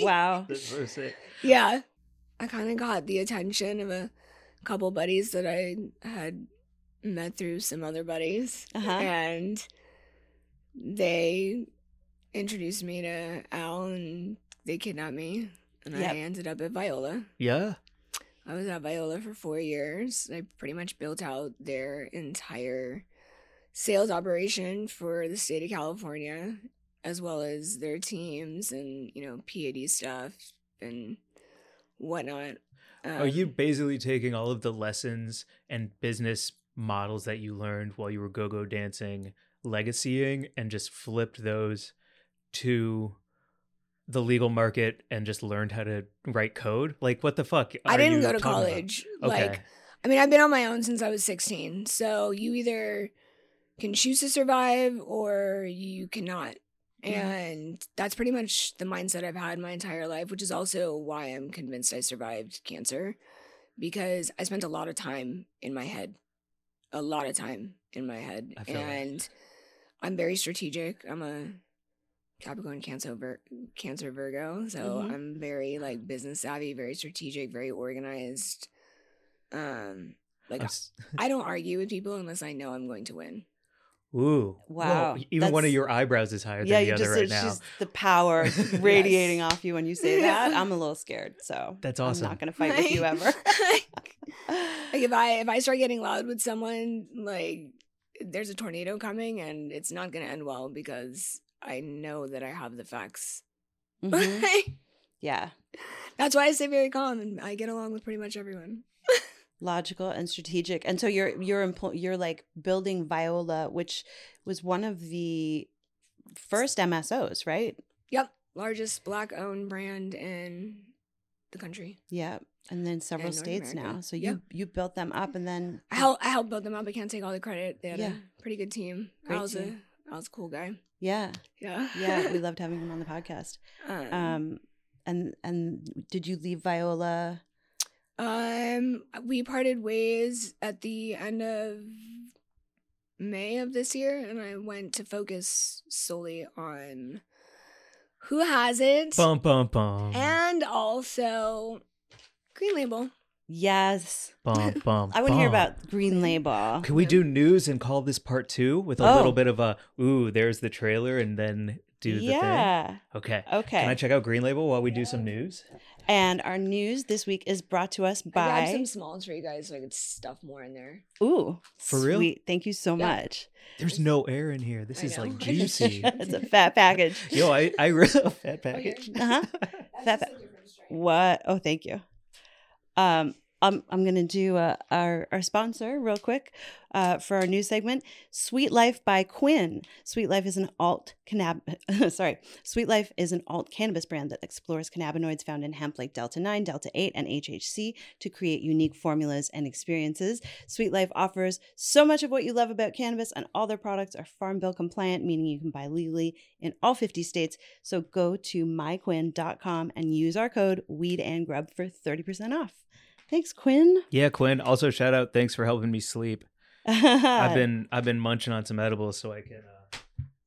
[SPEAKER 2] Wow.
[SPEAKER 1] That's so sick.
[SPEAKER 4] yeah i kind of got the attention of a couple buddies that i had met through some other buddies
[SPEAKER 2] Uh-huh.
[SPEAKER 4] and they introduced me to Al, and they kidnapped me, and
[SPEAKER 2] Yep.
[SPEAKER 4] I ended up at Viola.
[SPEAKER 1] Yeah.
[SPEAKER 4] I was at Viola for four years. I pretty much built out their entire sales operation for the state of California, as well as their teams and you know PAD stuff and whatnot.
[SPEAKER 1] Are Oh, you
[SPEAKER 4] Um,
[SPEAKER 1] basically taking all of the lessons and business models that you learned while you were go go dancing, legacying, and just flipped those to the legal market and just learned how to write code? Like, what the fuck?
[SPEAKER 4] I
[SPEAKER 1] are
[SPEAKER 4] didn't
[SPEAKER 1] you
[SPEAKER 4] go to
[SPEAKER 1] talking about?
[SPEAKER 4] college.
[SPEAKER 1] Okay.
[SPEAKER 4] Like I mean, I've been on my own since I was 16. So you either can choose to survive or you cannot.
[SPEAKER 2] Yeah.
[SPEAKER 4] And that's pretty much the mindset I've had my entire life, which is also why I'm convinced I survived cancer because I spent a lot of time in my head. A lot of time in my head.
[SPEAKER 1] I feel that.
[SPEAKER 4] And I'm very strategic. I'm a Capricorn Cancer Vir- Cancer Virgo, so
[SPEAKER 1] Mm-hmm.
[SPEAKER 2] Mhm.
[SPEAKER 4] I'm very like business savvy, very strategic, very organized. Um, like
[SPEAKER 1] I'm
[SPEAKER 2] uh,
[SPEAKER 1] s-
[SPEAKER 4] I don't argue with people unless I know I'm going to win.
[SPEAKER 1] Ooh. Whoa,
[SPEAKER 2] Wow,
[SPEAKER 1] Even one of
[SPEAKER 2] that's-
[SPEAKER 1] your eyebrows is higher
[SPEAKER 2] Yeah,
[SPEAKER 1] than the
[SPEAKER 2] you
[SPEAKER 1] other
[SPEAKER 2] just
[SPEAKER 1] right
[SPEAKER 2] said
[SPEAKER 1] now.
[SPEAKER 2] she's the power radiating off you when you say that.
[SPEAKER 4] Yeah.
[SPEAKER 2] I'm a little scared, so
[SPEAKER 1] That's
[SPEAKER 2] I'm
[SPEAKER 1] awesome.
[SPEAKER 2] not gonna fight with you ever.
[SPEAKER 4] like if I if I start getting loud with someone, like there's a tornado coming and it's not going to end well because I know that I have the facts.
[SPEAKER 2] Mhm. Yeah,
[SPEAKER 4] That's why I stay very calm and I get along with pretty much everyone.
[SPEAKER 2] logical and strategic. And so you're you're impl- you're like building Viola, which was one of the first MSOs, right?
[SPEAKER 4] Yep, largest black owned brand in the country.
[SPEAKER 2] Yeah, and then several
[SPEAKER 4] And North
[SPEAKER 2] states now.
[SPEAKER 4] America.
[SPEAKER 2] So you you built them up, and then
[SPEAKER 4] I helped, I helped build them up. I can't take all the credit. They had
[SPEAKER 2] Yeah.
[SPEAKER 4] a pretty good team.
[SPEAKER 2] Great
[SPEAKER 4] I was
[SPEAKER 2] team.
[SPEAKER 4] a I was a cool guy.
[SPEAKER 2] yeah,
[SPEAKER 4] Yeah.
[SPEAKER 2] yeah, we loved having him on the podcast.
[SPEAKER 4] um,
[SPEAKER 2] Um, and and did you leave Viola?
[SPEAKER 4] um, we parted ways at the end of May of this year, and I went to focus solely on who has it,
[SPEAKER 1] Bum, bum, bum.
[SPEAKER 4] and also Green Label.
[SPEAKER 2] Yes.
[SPEAKER 1] bum, bum,
[SPEAKER 2] I want to hear
[SPEAKER 1] bum.
[SPEAKER 2] about Green Label.
[SPEAKER 1] Can we do news and call this part two with a
[SPEAKER 2] Oh.
[SPEAKER 1] little bit of a ooh, there's the trailer and then do the thing?
[SPEAKER 2] yeah.
[SPEAKER 1] Okay. Can I
[SPEAKER 2] Okay.
[SPEAKER 1] check out Green Label while we do some news?
[SPEAKER 2] and our news this week is brought to us
[SPEAKER 4] I grabbed
[SPEAKER 2] by
[SPEAKER 4] some smalls for you guys so I could stuff more in there.
[SPEAKER 2] Ooh.
[SPEAKER 1] For real?
[SPEAKER 2] Sweet. Thank you so
[SPEAKER 4] Yeah.
[SPEAKER 2] much.
[SPEAKER 1] There's no air in here. This
[SPEAKER 4] I
[SPEAKER 1] is
[SPEAKER 4] know.
[SPEAKER 1] like juicy.
[SPEAKER 2] it's a fat package. Oh,
[SPEAKER 1] Yo, I I read a fat package.
[SPEAKER 2] Uh-huh. Fat pa- What? Oh, thank you. Um, I'm I'm gonna do uh, our our sponsor real quick uh, for our new segment, Sweet Life by Quinn. Sweet Life is an alt cannab sorry, Sweet Life is an alt cannabis brand that explores cannabinoids found in hemp like delta nine, delta eight, and HHC to create unique formulas and experiences. Sweet Life offers so much of what you love about cannabis, and all their products are farm bill compliant, meaning you can buy legally in all 50 states. So go to myquinn.com and use our code Weed and Grub for 30% off. Thanks, Quinn.
[SPEAKER 1] Yeah, Quinn. Also, shout out. Thanks for helping me sleep. I've been I've been munching on some edibles so I can uh,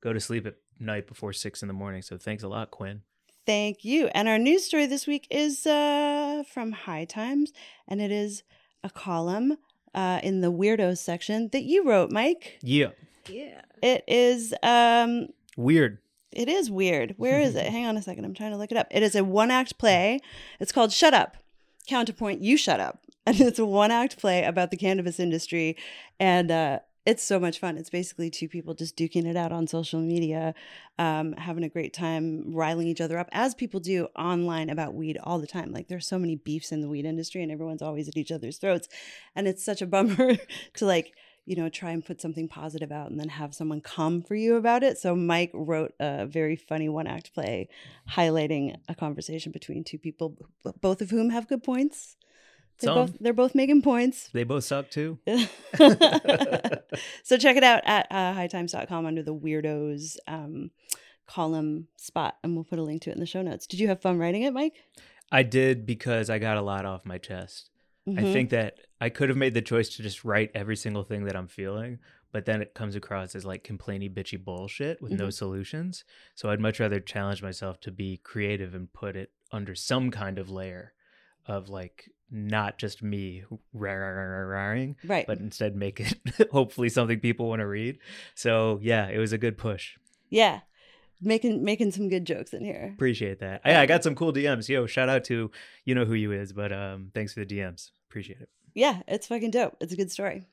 [SPEAKER 1] go to sleep at night before six in the morning. So thanks a lot, Quinn.
[SPEAKER 2] Thank you. And our news story this week is uh, from High Times, and it is a column uh, in the weirdos section that you wrote, Mike.
[SPEAKER 1] Yeah,
[SPEAKER 4] Yeah.
[SPEAKER 2] It is um,
[SPEAKER 1] weird.
[SPEAKER 2] it is weird. Where is it? Hang on a second. I'm trying to look it up. It is a one act play. It's called Shut Up. Counterpoint, you shut up. And it's a one act play about the cannabis industry. And uh, it's so much fun. It's basically two people just duking it out on social media, um, having a great time, riling each other up, as people do online about weed all the time. Like there's so many beefs in the weed industry, and everyone's always at each other's throats. And it's such a bummer to like you know, try and put something positive out and then have someone come for you about it. So Mike wrote a very funny one act play highlighting a conversation between two people, b- both of whom have good points. They're
[SPEAKER 1] Some.
[SPEAKER 2] both, they're both making points.
[SPEAKER 1] They both suck too.
[SPEAKER 2] so check it out at uh, hightimes.com under the weirdos um, column spot, and we'll put a link to it in the show notes. Did you have fun writing it, Mike?
[SPEAKER 1] I did because I got a lot off my chest. I
[SPEAKER 2] Mhm.
[SPEAKER 1] think that I could have made the choice to just write every single thing that I'm feeling, but then it comes across as like complainy, bitchy bullshit with no solutions. So I'd much rather challenge myself to be creative and put it under some kind of layer of like not just me raring,
[SPEAKER 2] right.
[SPEAKER 1] but instead make it hopefully something people want to read. So yeah, it was a good push.
[SPEAKER 2] yeah, making making some good jokes in here.
[SPEAKER 1] Appreciate that. Yeah, I got some cool DMs. Yo, shout out to you know who you is, but um, thanks for the DMs. Appreciate it.
[SPEAKER 2] Yeah, it's fucking dope. It's a good story.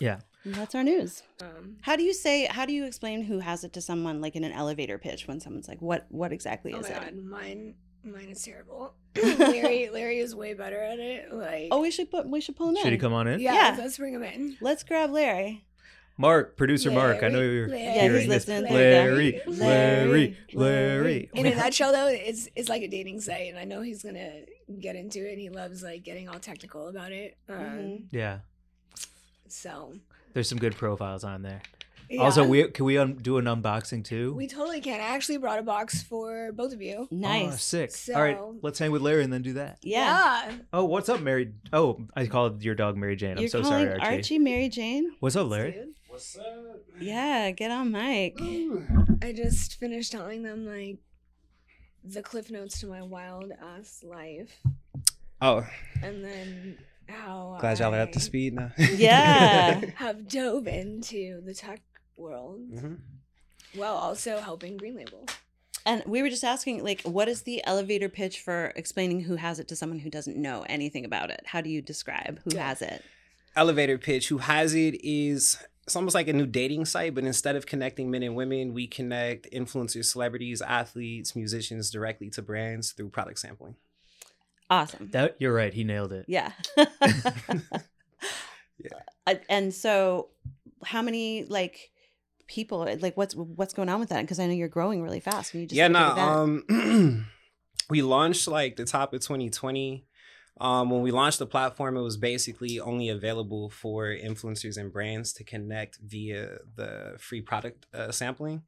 [SPEAKER 1] Yeah.
[SPEAKER 2] And that's our news.
[SPEAKER 4] Um,
[SPEAKER 2] How do you say? How do you explain who has it to someone like in an elevator pitch when someone's like, "What? What exactly
[SPEAKER 4] oh
[SPEAKER 2] is
[SPEAKER 4] my
[SPEAKER 2] it?"
[SPEAKER 4] god, mine mine is terrible. Larry Larry is way better at it. Like
[SPEAKER 2] Oh, we should put. We should pull him
[SPEAKER 1] Should
[SPEAKER 2] in.
[SPEAKER 1] he come on in?
[SPEAKER 4] yeah,
[SPEAKER 2] yeah.
[SPEAKER 4] let's bring him in.
[SPEAKER 2] Let's grab Larry.
[SPEAKER 1] Mark, producer Mark. I know
[SPEAKER 4] Larry,
[SPEAKER 1] you're
[SPEAKER 4] Larry,
[SPEAKER 2] Yeah, he's
[SPEAKER 1] hearing this.
[SPEAKER 2] listening.
[SPEAKER 1] Larry,
[SPEAKER 4] Larry,
[SPEAKER 1] Larry, Larry.
[SPEAKER 2] Larry.
[SPEAKER 4] In a nutshell, though, it's it's like a dating site, and I know he's gonna get into it, and he loves like getting all technical about it. Um,
[SPEAKER 2] Mhm.
[SPEAKER 1] Yeah.
[SPEAKER 4] So
[SPEAKER 1] There's some good profiles on there.
[SPEAKER 4] yeah.
[SPEAKER 1] Also, we can we un- do an unboxing too?
[SPEAKER 4] we totally can. I actually brought a box for both of you.
[SPEAKER 1] Oh,
[SPEAKER 2] Nice.
[SPEAKER 1] sick. All right,
[SPEAKER 4] So-
[SPEAKER 1] let's hang with Larry and then do that.
[SPEAKER 2] yeah.
[SPEAKER 1] Oh, what's up, Mary? Oh, I called your dog Mary Jane. I'm
[SPEAKER 2] You're
[SPEAKER 1] so
[SPEAKER 2] calling
[SPEAKER 1] sorry, Archie.
[SPEAKER 2] Archie. Mary Jane.
[SPEAKER 1] What's up, Larry?
[SPEAKER 4] Dude,
[SPEAKER 3] What's up?
[SPEAKER 2] Yeah, get on Mike.
[SPEAKER 4] I just finished telling them like the cliff notes to my wild ass life,
[SPEAKER 5] Oh,
[SPEAKER 4] and then how
[SPEAKER 5] glad y'all are up to
[SPEAKER 4] I
[SPEAKER 5] speed now.
[SPEAKER 2] Yeah.
[SPEAKER 4] Have dove into the tech world
[SPEAKER 5] Mhm.
[SPEAKER 4] while also helping Green Label.
[SPEAKER 2] And we were just asking, like, what is the elevator pitch for explaining who has it to someone who doesn't know anything about it? How do you describe who has it?
[SPEAKER 5] Elevator pitch. Who has it is it's almost like a new dating site, but instead of connecting men and women, we connect influencers, celebrities, athletes, musicians directly to brands through product sampling.
[SPEAKER 2] Awesome.
[SPEAKER 1] That you're right. He nailed it.
[SPEAKER 2] Yeah. I- And so, how many like people? eh, Like, what's what's going on with that? Because I know you're growing really fast. And you just
[SPEAKER 5] yeah,
[SPEAKER 2] look
[SPEAKER 5] no.
[SPEAKER 2] at that.
[SPEAKER 5] Um, we launched like the top of 2020. Um, when we launched the platform, it was basically only available for influencers and brands to connect via the free product uh, sampling.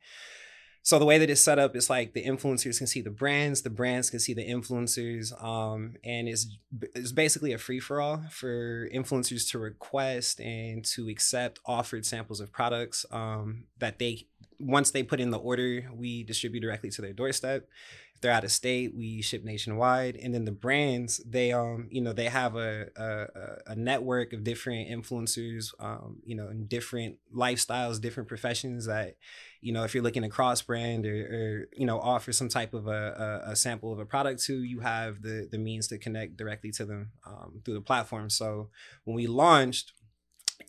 [SPEAKER 5] So the way that it's set up is like the influencers can see the brands, the brands can see the influencers, um, and it's it's basically a free for all for influencers to request and to accept offered samples of products um, that they once they put in the order, we distribute directly to their doorstep. If they're out of state, we ship nationwide. And then the brands, they um, you know, they have a a- a, a network of different influencers, um, you know, in different lifestyles, different professions that, you know, if you're looking to cross brand or, or you know, offer some type of a, a, a sample of a product to, you have the the means to connect directly to them um, through the platform. So when we launched.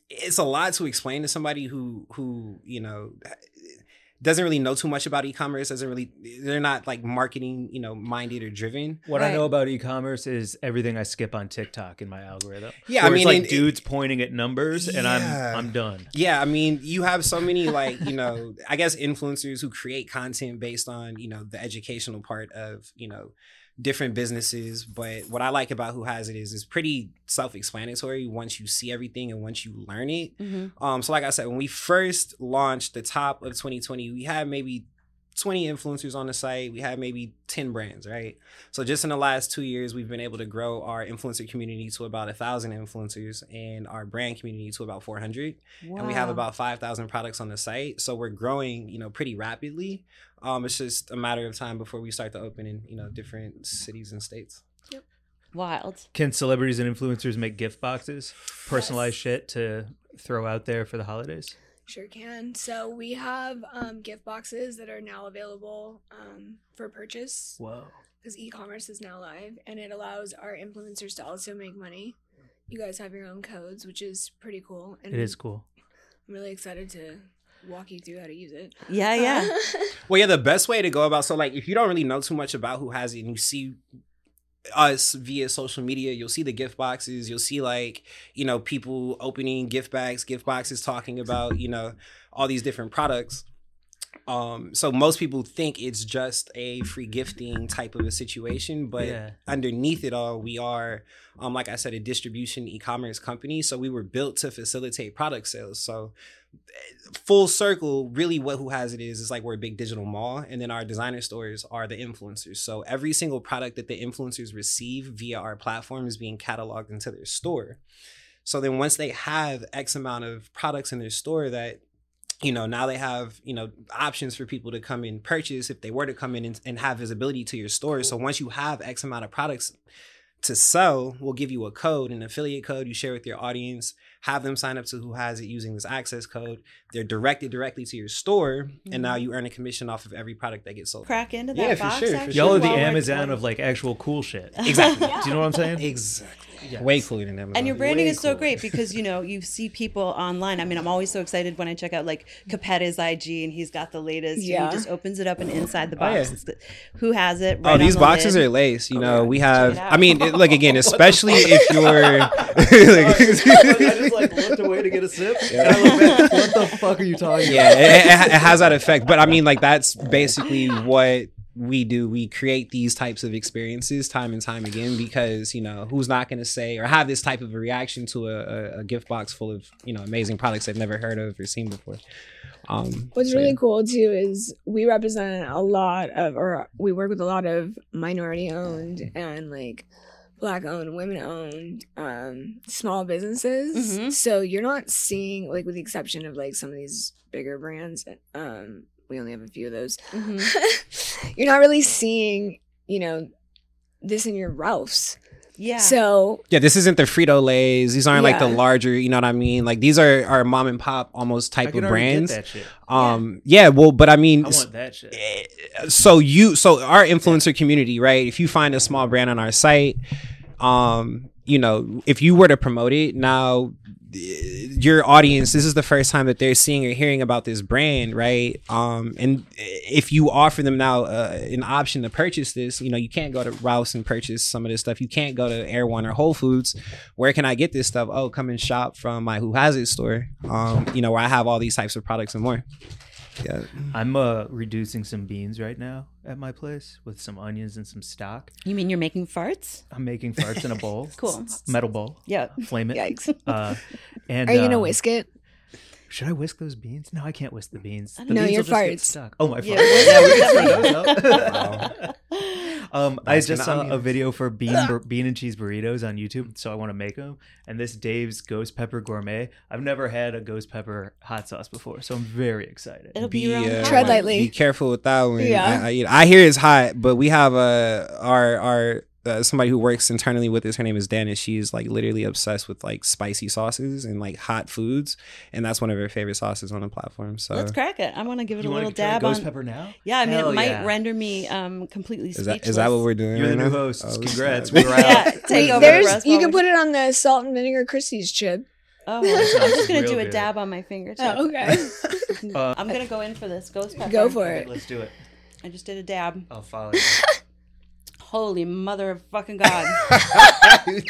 [SPEAKER 5] It's a lot to explain to somebody who who you know doesn't really know too much about e-commerce. Doesn't really they're not like marketing you know minded or driven.
[SPEAKER 1] What I
[SPEAKER 2] Right.
[SPEAKER 1] know about e-commerce is everything I skip on TikTok in my algorithm.
[SPEAKER 5] Yeah,
[SPEAKER 1] Where
[SPEAKER 5] I mean,
[SPEAKER 1] it's like
[SPEAKER 5] and-
[SPEAKER 1] dudes pointing at numbers, and
[SPEAKER 5] Yeah.
[SPEAKER 1] I'm I'm done.
[SPEAKER 5] Yeah, I mean, you have so many like, you know, I guess influencers who create content based on, you know, the educational part of, you know, different businesses, but what I like about who has it is it's pretty self-explanatory once you see everything and once you learn it.
[SPEAKER 2] Mm-hmm.
[SPEAKER 5] Um, so like I said, when we first launched the top of 2020, we had maybe 20 influencers on the site. We had maybe 10 brands, right? So just in the last two years, we've been able to grow our influencer community to about a thousand influencers and our brand community to about 400. And we have about 5,000 products on the site. So we're growing, you know, pretty rapidly. Um, it's just a matter of time before we start to open in, you know, different cities and states.
[SPEAKER 2] wild.
[SPEAKER 1] Can celebrities and influencers make gift boxes, personalized shit to throw out there for the holidays?
[SPEAKER 4] Sure can. So we have um, gift boxes that are now available um, for purchase
[SPEAKER 1] Whoa.
[SPEAKER 4] because e-commerce is now live, and it allows our influencers to also make money. You guys have your own codes, which is pretty cool. And
[SPEAKER 1] It is cool.
[SPEAKER 4] I'm really excited to walk you through how to use it. Uh,
[SPEAKER 2] Yeah, Uh, yeah.
[SPEAKER 5] Well, yeah, the best way to go about so like if you don't really know too much about who has it and you see us via social media, you'll see the gift boxes, you'll see like, you know, people opening gift bags, gift boxes talking about, you know, all these different products. Um, so most people think it's just a free gifting type of a situation, but
[SPEAKER 1] yeah.
[SPEAKER 5] underneath it all, we are, um, like I said, a distribution e-commerce company. So we were built to facilitate product sales. So eh, full circle, really what Who Has It is, is like we're a big digital mall. And then our designer stores are the influencers. So every single product that the influencers receive via our platform is being cataloged into their store. So then once they have X amount of products in their store that you know now they have you know options for people to come and purchase if they were to come in and, and have visibility to your store so once you have x amount of products to sell we'll give you a code an affiliate code you share with your audience have them sign up to who has it using this access code they're directed directly to your store and now
[SPEAKER 2] Mm-hmm.
[SPEAKER 5] you earn a commission off of every product that gets sold
[SPEAKER 2] Crack into that
[SPEAKER 5] Yeah, for
[SPEAKER 2] box.
[SPEAKER 5] sure, for
[SPEAKER 2] actually
[SPEAKER 1] Y'all are the
[SPEAKER 2] while we're
[SPEAKER 1] Amazon
[SPEAKER 2] exploring.
[SPEAKER 1] of like actual cool shit.
[SPEAKER 5] exactly
[SPEAKER 1] Do you know what I'm saying?
[SPEAKER 5] exactly way cooler than Amazon.
[SPEAKER 2] And your branding
[SPEAKER 5] Way
[SPEAKER 2] is so
[SPEAKER 5] cooler.
[SPEAKER 2] great because you know you see people online. I mean, I'm always so excited when I check out like
[SPEAKER 5] Mm-hmm.
[SPEAKER 2] Capetta's IG and he's got the latest. Yeah,
[SPEAKER 4] Yeah.
[SPEAKER 2] he just opens it up and inside the
[SPEAKER 5] Oh, yeah.
[SPEAKER 2] box, it's the- who has it? Right
[SPEAKER 5] Oh,
[SPEAKER 2] on
[SPEAKER 5] these
[SPEAKER 2] the
[SPEAKER 5] boxes
[SPEAKER 2] lid.
[SPEAKER 5] are lace. You
[SPEAKER 2] Oh,
[SPEAKER 5] know,
[SPEAKER 2] yeah.
[SPEAKER 5] we
[SPEAKER 2] Check
[SPEAKER 5] have.
[SPEAKER 2] it out.
[SPEAKER 5] I mean, it- like again, especially if you're.
[SPEAKER 1] I just like looked away to get a sip. And I looked back, what the fuck are you talking
[SPEAKER 5] yeah, it, it, it has that effect. But I mean, like that's basically what we do. We create these types of experiences time and time again because you know who's not going to say or have this type of a reaction to a, a, a gift box full of you know amazing products they've never heard of or seen before. Um,
[SPEAKER 4] What's
[SPEAKER 5] so,
[SPEAKER 4] really
[SPEAKER 5] yeah.
[SPEAKER 4] cool too is we represent a lot of, or we work with a lot of minority owned and like black owned, women owned um, small businesses.
[SPEAKER 2] Mhm.
[SPEAKER 4] So you're not seeing, like, with the exception of like some of these bigger brands, um, we only have a few of those.
[SPEAKER 2] Mhm.
[SPEAKER 4] you're not really seeing, you know, this in your Ralphs.
[SPEAKER 2] Yeah.
[SPEAKER 4] So
[SPEAKER 5] Yeah, this isn't the Frito Lay's. These aren't like the
[SPEAKER 4] Yeah.
[SPEAKER 5] larger, you know what I mean? Like these are our mom and pop almost
[SPEAKER 1] I
[SPEAKER 5] type
[SPEAKER 1] can
[SPEAKER 5] of
[SPEAKER 1] already get
[SPEAKER 5] brands.
[SPEAKER 1] that shit.
[SPEAKER 5] Um, yeah, well, but I mean,
[SPEAKER 1] I
[SPEAKER 5] s- uh,
[SPEAKER 1] want that shit.
[SPEAKER 5] so you so our influencer community right if you find a small brand on our site um you know if you were to promote it now eh, your audience this is the first time that they're seeing or hearing about this brand right um and if you offer them now uh, an option to purchase this you know you can't go to Rouse and purchase some of this stuff you can't go to Air One or Whole Foods where can I get this stuff oh come and shop from my Who Has It store um you know where I have all these types of products and more yeah
[SPEAKER 1] I'm uh, reducing some beans right now at my place with some onions and some stock.
[SPEAKER 2] you mean you're making farts?
[SPEAKER 1] I'm making farts in a bowl.
[SPEAKER 2] Cool.
[SPEAKER 1] Metal bowl.
[SPEAKER 2] Yeah.
[SPEAKER 1] Flame it.
[SPEAKER 4] Yikes.
[SPEAKER 1] Uh, and,
[SPEAKER 4] are you gonna
[SPEAKER 1] um,
[SPEAKER 4] whisk it?
[SPEAKER 1] Should I whisk those beans? No, I can't whisk the beans. The
[SPEAKER 4] No,
[SPEAKER 1] beans
[SPEAKER 4] your
[SPEAKER 1] will just get
[SPEAKER 4] farts.
[SPEAKER 1] stuck. Oh, my farts.
[SPEAKER 2] Yeah.
[SPEAKER 1] Yeah, we can throw those out.
[SPEAKER 5] Wow.
[SPEAKER 1] um, I
[SPEAKER 5] Baskin
[SPEAKER 1] just saw a
[SPEAKER 5] onions.
[SPEAKER 1] video for bean bur- bean and cheese burritos on YouTube, so I want to make them. And this Dave's ghost pepper gourmet. I've never had a ghost pepper hot sauce before, so I'm very excited.
[SPEAKER 2] It'll be your own
[SPEAKER 5] uh,
[SPEAKER 2] hot
[SPEAKER 4] Tread
[SPEAKER 2] one.
[SPEAKER 4] lightly.
[SPEAKER 5] Be careful with that one.
[SPEAKER 4] Yeah.
[SPEAKER 5] I, I, you know, I hear it's hot, but we have uh, our our uh, somebody who works internally with us. Her name is Dana. She's like literally obsessed with like spicy sauces and like hot foods, and that's one of her favorite sauces on the platform. So
[SPEAKER 2] Let's crack it. I want to give it
[SPEAKER 1] You
[SPEAKER 2] a
[SPEAKER 1] want
[SPEAKER 2] little
[SPEAKER 1] to try
[SPEAKER 2] dab
[SPEAKER 1] ghost
[SPEAKER 2] on.
[SPEAKER 1] pepper now?
[SPEAKER 2] Yeah, I mean,
[SPEAKER 1] Hell
[SPEAKER 2] it might
[SPEAKER 1] yeah.
[SPEAKER 2] render me um completely
[SPEAKER 5] is
[SPEAKER 2] speechless.
[SPEAKER 5] that is that what we're doing?
[SPEAKER 1] You're the
[SPEAKER 5] right
[SPEAKER 1] new
[SPEAKER 5] now?
[SPEAKER 1] hosts.
[SPEAKER 5] Oh,
[SPEAKER 1] Congrats.
[SPEAKER 5] snap.
[SPEAKER 1] We're out.
[SPEAKER 2] Yeah, take over.
[SPEAKER 4] There's
[SPEAKER 2] for us
[SPEAKER 4] you
[SPEAKER 2] while
[SPEAKER 4] can
[SPEAKER 2] we're-
[SPEAKER 4] put it on the salt and vinegar Christie's chip.
[SPEAKER 2] Oh,
[SPEAKER 4] That
[SPEAKER 2] I'm just
[SPEAKER 1] sounds
[SPEAKER 2] gonna
[SPEAKER 1] real
[SPEAKER 2] do a
[SPEAKER 1] good.
[SPEAKER 2] dab on my fingertip.
[SPEAKER 4] Oh, okay.
[SPEAKER 1] Uh,
[SPEAKER 2] I'm gonna go in for this ghost pepper.
[SPEAKER 4] Go for
[SPEAKER 1] okay,
[SPEAKER 4] it.
[SPEAKER 1] let's do it.
[SPEAKER 2] I just did a dab.
[SPEAKER 1] I'll follow you.
[SPEAKER 2] Holy mother of fucking god!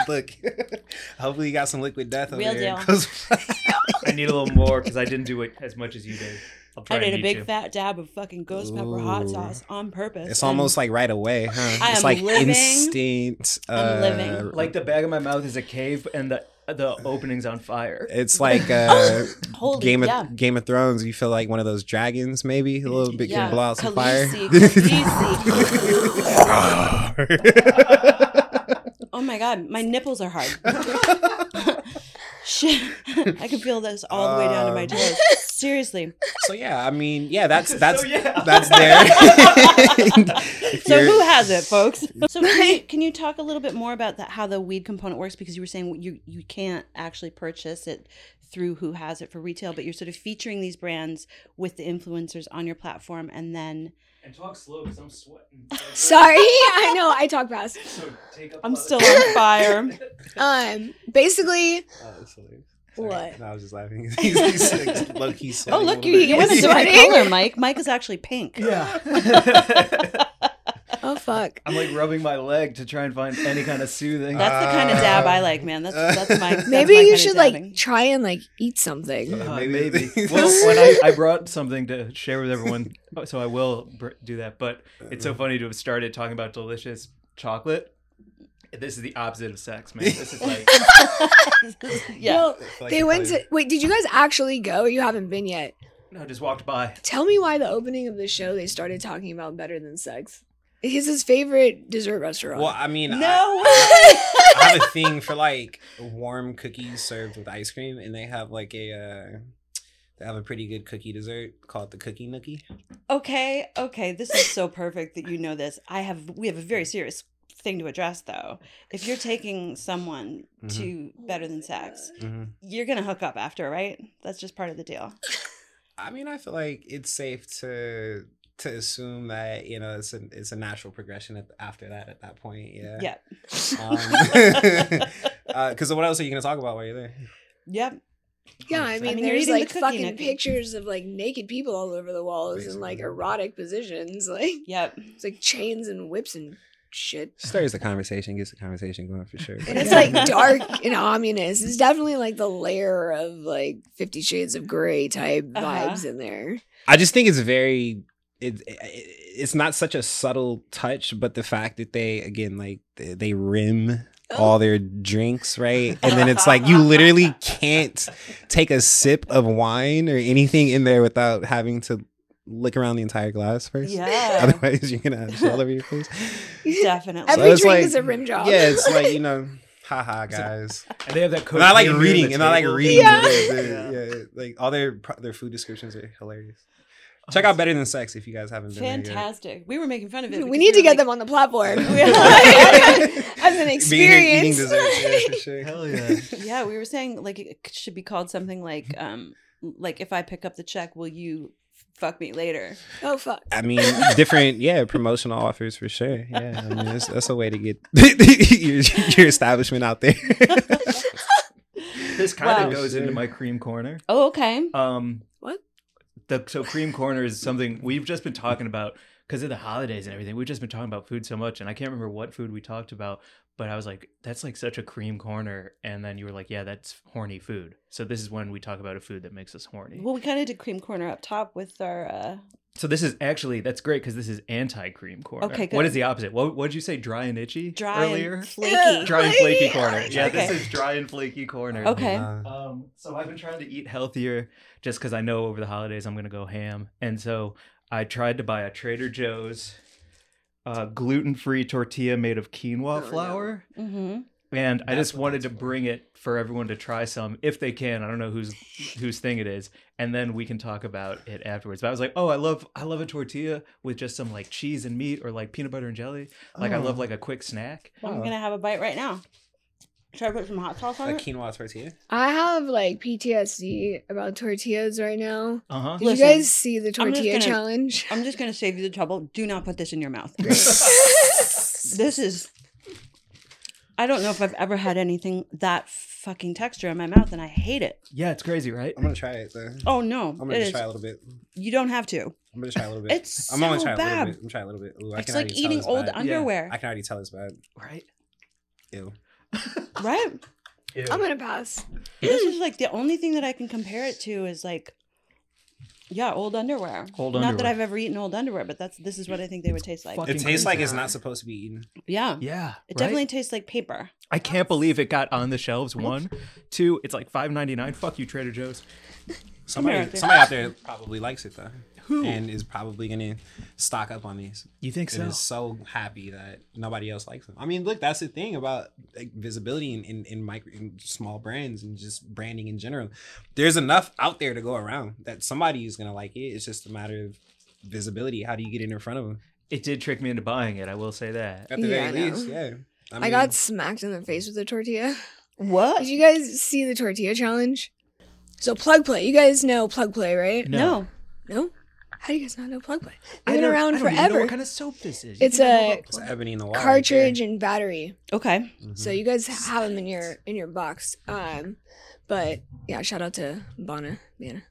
[SPEAKER 5] Look, hopefully you got some liquid death over
[SPEAKER 2] Real
[SPEAKER 5] there.
[SPEAKER 2] deal.
[SPEAKER 5] 'cause-
[SPEAKER 1] I need a little more because I didn't do it as much as you did. I'll try
[SPEAKER 2] I
[SPEAKER 1] and
[SPEAKER 2] did a
[SPEAKER 1] beat
[SPEAKER 2] big
[SPEAKER 1] you.
[SPEAKER 2] fat dab of fucking ghost pepper hot
[SPEAKER 5] Ooh.
[SPEAKER 2] sauce on purpose.
[SPEAKER 5] it's
[SPEAKER 2] and
[SPEAKER 5] almost like right away, huh?
[SPEAKER 2] I
[SPEAKER 5] it's
[SPEAKER 2] am
[SPEAKER 5] like
[SPEAKER 2] living-
[SPEAKER 5] instinct.
[SPEAKER 2] I'm living.
[SPEAKER 5] uh,
[SPEAKER 1] Like the back of my mouth is a cave and the the opening's on fire.
[SPEAKER 5] It's like uh,
[SPEAKER 2] Holy-
[SPEAKER 5] Game of
[SPEAKER 2] yeah.
[SPEAKER 5] Game of Thrones. You feel like one of those dragons, maybe a little bit
[SPEAKER 2] Yeah.
[SPEAKER 5] can blow out some
[SPEAKER 2] Khaleesi,
[SPEAKER 5] fire.
[SPEAKER 2] Oh my god, my nipples are hard. Shit, I can feel this all the way down to my
[SPEAKER 5] Um.
[SPEAKER 2] toes. Seriously.
[SPEAKER 5] so yeah, I mean, yeah, that's that's
[SPEAKER 1] So, yeah.
[SPEAKER 5] that's there. If
[SPEAKER 2] So
[SPEAKER 5] you're-
[SPEAKER 2] who has it, folks? So can you, can you talk a little bit more about that, how the weed component works? Because you were saying you you can't actually purchase it through who has it for retail, but you're sort of featuring these brands with the influencers on your platform, and then
[SPEAKER 1] And talk slow because I'm sweating.
[SPEAKER 4] Sorry, I know I talk fast.
[SPEAKER 1] So take up
[SPEAKER 2] I'm still on fire.
[SPEAKER 4] Um, basically,
[SPEAKER 5] Oh, that's hilarious. Sorry.
[SPEAKER 4] what?
[SPEAKER 5] No, I was just laughing. he's, he's, he's low-key
[SPEAKER 2] Oh
[SPEAKER 5] sweating a
[SPEAKER 2] look,
[SPEAKER 5] little
[SPEAKER 2] you,
[SPEAKER 5] bit.
[SPEAKER 2] you went a different
[SPEAKER 4] Sweating.
[SPEAKER 2] color, Mike. Mike is actually pink.
[SPEAKER 1] Yeah.
[SPEAKER 4] Oh fuck.
[SPEAKER 1] I'm like rubbing my leg to try and find any kind of soothing.
[SPEAKER 2] That's the kind of dab I like, man. That's that's my. that's
[SPEAKER 4] Maybe
[SPEAKER 2] my
[SPEAKER 4] you
[SPEAKER 2] kind
[SPEAKER 4] should
[SPEAKER 2] of dabbing.
[SPEAKER 4] like try and like eat something.
[SPEAKER 5] Yeah,
[SPEAKER 1] Uh,
[SPEAKER 5] maybe-
[SPEAKER 1] maybe. well, when I, I brought something to share with everyone, so I will br- do that. But it's so funny to have started talking about delicious chocolate. This is the opposite of sex, man. This is like
[SPEAKER 2] yeah.
[SPEAKER 4] Well,
[SPEAKER 5] It's like
[SPEAKER 4] they
[SPEAKER 5] a
[SPEAKER 4] went
[SPEAKER 5] color.
[SPEAKER 4] to wait. Did you guys actually go? You haven't been yet.
[SPEAKER 1] no, just walked by.
[SPEAKER 4] Tell me why the opening of the show they started talking about better than sex. It's his favorite dessert restaurant.
[SPEAKER 5] Well, I mean, I,
[SPEAKER 2] no.
[SPEAKER 5] I have a thing for like warm cookies served with ice cream, and they have like a uh, they have a pretty good cookie dessert called the cookie nookie.
[SPEAKER 2] Okay, okay. This is so perfect that you know this. I have we have a very serious thing to address though. If you're taking someone
[SPEAKER 5] Mhm.
[SPEAKER 2] to better than sex,
[SPEAKER 5] Mhm.
[SPEAKER 2] you're going to hook up after, right? That's just part of the deal.
[SPEAKER 5] I mean, I feel like it's safe to to assume that you know it's a it's a natural progression at, after that at that point. Yeah.
[SPEAKER 2] Yeah.
[SPEAKER 5] Because what else are you gonna talk about while you're there?
[SPEAKER 2] Yep.
[SPEAKER 4] yeah, I mean,
[SPEAKER 2] mean, you're
[SPEAKER 4] there's
[SPEAKER 2] eating the
[SPEAKER 4] like
[SPEAKER 2] cookie
[SPEAKER 4] fucking
[SPEAKER 2] nookie.
[SPEAKER 4] pictures of like naked people all over the walls in like
[SPEAKER 5] Basically.
[SPEAKER 4] erotic positions, like
[SPEAKER 2] Yep.
[SPEAKER 4] it's like chains and whips and shit.
[SPEAKER 5] Stirs the conversation, gets the conversation going for sure.
[SPEAKER 4] And it's like dark and ominous. It's definitely like the layer of like Fifty Shades of Grey type
[SPEAKER 2] Uh-huh.
[SPEAKER 4] vibes in there.
[SPEAKER 5] I just think it's very it, it it's not such a subtle touch, but the fact that they again like they, they rim all their drinks right, and then it's like you literally can't take a sip of wine or anything in there without having to lick around the entire glass first.
[SPEAKER 2] Yeah.
[SPEAKER 5] Otherwise, you're gonna have shit all over your face.
[SPEAKER 2] Definitely.
[SPEAKER 4] Every
[SPEAKER 5] it's
[SPEAKER 4] drink
[SPEAKER 5] like-
[SPEAKER 4] is a rim job.
[SPEAKER 5] Yeah, it's like you know, haha, guys.
[SPEAKER 1] And they have that.
[SPEAKER 5] And I like
[SPEAKER 1] cookie
[SPEAKER 5] reading,
[SPEAKER 1] the
[SPEAKER 5] and I like
[SPEAKER 1] table.
[SPEAKER 5] reading.
[SPEAKER 4] Yeah.
[SPEAKER 5] the- the- yeah, like all their pro- their food descriptions are hilarious. Check out Better Than Sex if you guys haven't been there yet.
[SPEAKER 2] Fantastic. We were making fun of it.
[SPEAKER 4] we
[SPEAKER 2] because
[SPEAKER 4] need to
[SPEAKER 2] were
[SPEAKER 4] get
[SPEAKER 2] like-
[SPEAKER 4] them on the platform as an
[SPEAKER 5] Being here eating
[SPEAKER 4] experience.
[SPEAKER 5] dessert, yeah, for sure.
[SPEAKER 1] Hell yeah.
[SPEAKER 2] Yeah, we were saying like it should be called something like
[SPEAKER 5] Mm-hmm.
[SPEAKER 2] um like if I pick up the check, will you fuck me later?
[SPEAKER 4] oh fuck!
[SPEAKER 5] I mean, different, yeah, promotional offers for sure. Yeah, I mean, that's, that's a way to get your, your establishment out there.
[SPEAKER 1] This kind
[SPEAKER 2] Wow.
[SPEAKER 1] of goes into my cream corner.
[SPEAKER 2] Oh, okay.
[SPEAKER 1] Um,
[SPEAKER 4] What?
[SPEAKER 1] The so cream corner is something we've just been talking about because of the holidays and everything. We've just been talking about food so much, and I can't remember what food we talked about. But I was like, "That's like such a cream corner," and then you were like, "Yeah, that's horny food." So this is when we talk about a food that makes us horny.
[SPEAKER 2] Well, we kind of did cream corner up top with our uh
[SPEAKER 1] So this is actually that's great because this is anti cream corner.
[SPEAKER 2] Okay, good.
[SPEAKER 1] What is the opposite? What what did you say? Dry and itchy
[SPEAKER 2] dry
[SPEAKER 1] earlier.
[SPEAKER 2] and flaky.
[SPEAKER 4] Yeah.
[SPEAKER 1] dry and flaky corner. Yeah, this
[SPEAKER 2] Okay.
[SPEAKER 1] is dry and flaky corner.
[SPEAKER 2] Okay.
[SPEAKER 5] Uh,
[SPEAKER 1] Um, so I've been trying to eat healthier just because I know over the holidays I'm gonna go ham, and so I tried to buy a Trader Joe's uh, gluten-free tortilla made of quinoa
[SPEAKER 4] Oh, no.
[SPEAKER 1] flour,
[SPEAKER 2] Mm-hmm.
[SPEAKER 1] and I
[SPEAKER 5] That's
[SPEAKER 1] just
[SPEAKER 5] what
[SPEAKER 1] wanted to
[SPEAKER 5] that's for.
[SPEAKER 1] bring it for everyone to try some if they can. I don't know whose whose thing it is, and then we can talk about it afterwards. But I was like, oh, I love I love a tortilla with just some like cheese and meat or like peanut butter and jelly. Like I
[SPEAKER 5] Oh.
[SPEAKER 1] love like a quick snack.
[SPEAKER 2] I'm
[SPEAKER 5] Wow.
[SPEAKER 2] gonna have a bite right now. Should I put some hot sauce on
[SPEAKER 5] a
[SPEAKER 2] it?
[SPEAKER 5] quinoa tortilla.
[SPEAKER 4] I have like PTSD about tortillas right now.
[SPEAKER 1] Uh huh.
[SPEAKER 4] Did
[SPEAKER 2] Listen,
[SPEAKER 4] you guys see the
[SPEAKER 2] I'm just
[SPEAKER 4] tortilla
[SPEAKER 2] gonna-
[SPEAKER 4] challenge?
[SPEAKER 2] I'm just gonna save you the trouble. Do not put this in your mouth.
[SPEAKER 4] it's
[SPEAKER 2] this is. I don't know if I've ever had anything that fucking texture in my mouth and I hate it.
[SPEAKER 1] Yeah, it's crazy, right?
[SPEAKER 5] I'm gonna try it then.
[SPEAKER 2] Oh no.
[SPEAKER 5] I'm gonna
[SPEAKER 2] it
[SPEAKER 5] just
[SPEAKER 2] is-
[SPEAKER 5] try a little bit.
[SPEAKER 2] You don't have to.
[SPEAKER 5] I'm gonna try a little bit.
[SPEAKER 2] It's
[SPEAKER 5] I'm
[SPEAKER 2] so
[SPEAKER 5] only trying a
[SPEAKER 2] bad.
[SPEAKER 5] little bit. I'm trying a little bit. Ooh, I
[SPEAKER 2] It's
[SPEAKER 5] can
[SPEAKER 2] like
[SPEAKER 5] already tell
[SPEAKER 2] eating
[SPEAKER 5] it's
[SPEAKER 2] old
[SPEAKER 5] bad.
[SPEAKER 2] underwear,
[SPEAKER 5] I can already tell it's bad.
[SPEAKER 1] Right.
[SPEAKER 5] Ew.
[SPEAKER 2] right?
[SPEAKER 1] Ew.
[SPEAKER 4] I'm gonna pass.
[SPEAKER 2] this is like the only thing that I can compare it to is like, yeah, old underwear.
[SPEAKER 1] Old
[SPEAKER 2] Not that
[SPEAKER 1] underwear.
[SPEAKER 2] I've ever eaten old underwear, but that's this is what I think they would taste like.
[SPEAKER 1] Fuck-
[SPEAKER 5] It
[SPEAKER 1] Fucking
[SPEAKER 5] tastes like
[SPEAKER 1] crazy.
[SPEAKER 5] it's not supposed to be eaten.
[SPEAKER 2] yeah, it
[SPEAKER 1] Yeah. right?
[SPEAKER 2] definitely tastes like paper.
[SPEAKER 1] I can't believe it got on the shelves. One, two. It's like five ninety nine. Fuck you, Trader Joe's.
[SPEAKER 5] Somebody,
[SPEAKER 2] out there.
[SPEAKER 5] somebody out there probably likes it though,
[SPEAKER 1] Who?
[SPEAKER 5] and is probably gonna stock up on these.
[SPEAKER 1] You think
[SPEAKER 5] And
[SPEAKER 1] so?
[SPEAKER 5] is so happy that nobody else likes them. I mean, look, that's the thing about like visibility in in, in micro in small brands and just branding in general. There's enough out there to go around that somebody is gonna like it. It's just a matter of visibility. How do you get in in front of them?
[SPEAKER 1] It did trick me into buying it. I will say that.
[SPEAKER 5] At the
[SPEAKER 4] Yeah,
[SPEAKER 5] very
[SPEAKER 4] I know.
[SPEAKER 5] least, yeah.
[SPEAKER 4] I,
[SPEAKER 5] mean,
[SPEAKER 4] got smacked in the face with a tortilla.
[SPEAKER 2] What?
[SPEAKER 4] Did you guys see the tortilla challenge? So plug play. You guys know plug play, right?
[SPEAKER 1] No.
[SPEAKER 2] No.
[SPEAKER 4] No. How do you guys not know plug play? It's
[SPEAKER 1] I
[SPEAKER 4] been
[SPEAKER 1] don't-
[SPEAKER 4] around
[SPEAKER 1] I don't even know
[SPEAKER 4] forever.
[SPEAKER 1] what kind of soap this is.
[SPEAKER 4] It's
[SPEAKER 1] think I Mm-hmm. know
[SPEAKER 4] a-
[SPEAKER 1] about
[SPEAKER 5] it's
[SPEAKER 1] plumbing?
[SPEAKER 5] ebony in the water. right
[SPEAKER 4] Cartridge
[SPEAKER 5] there.
[SPEAKER 4] and battery.
[SPEAKER 2] Okay.
[SPEAKER 5] Mhm.
[SPEAKER 4] So you guys have them in your in your box. Um, but yeah, shout out to Bonna. Bana.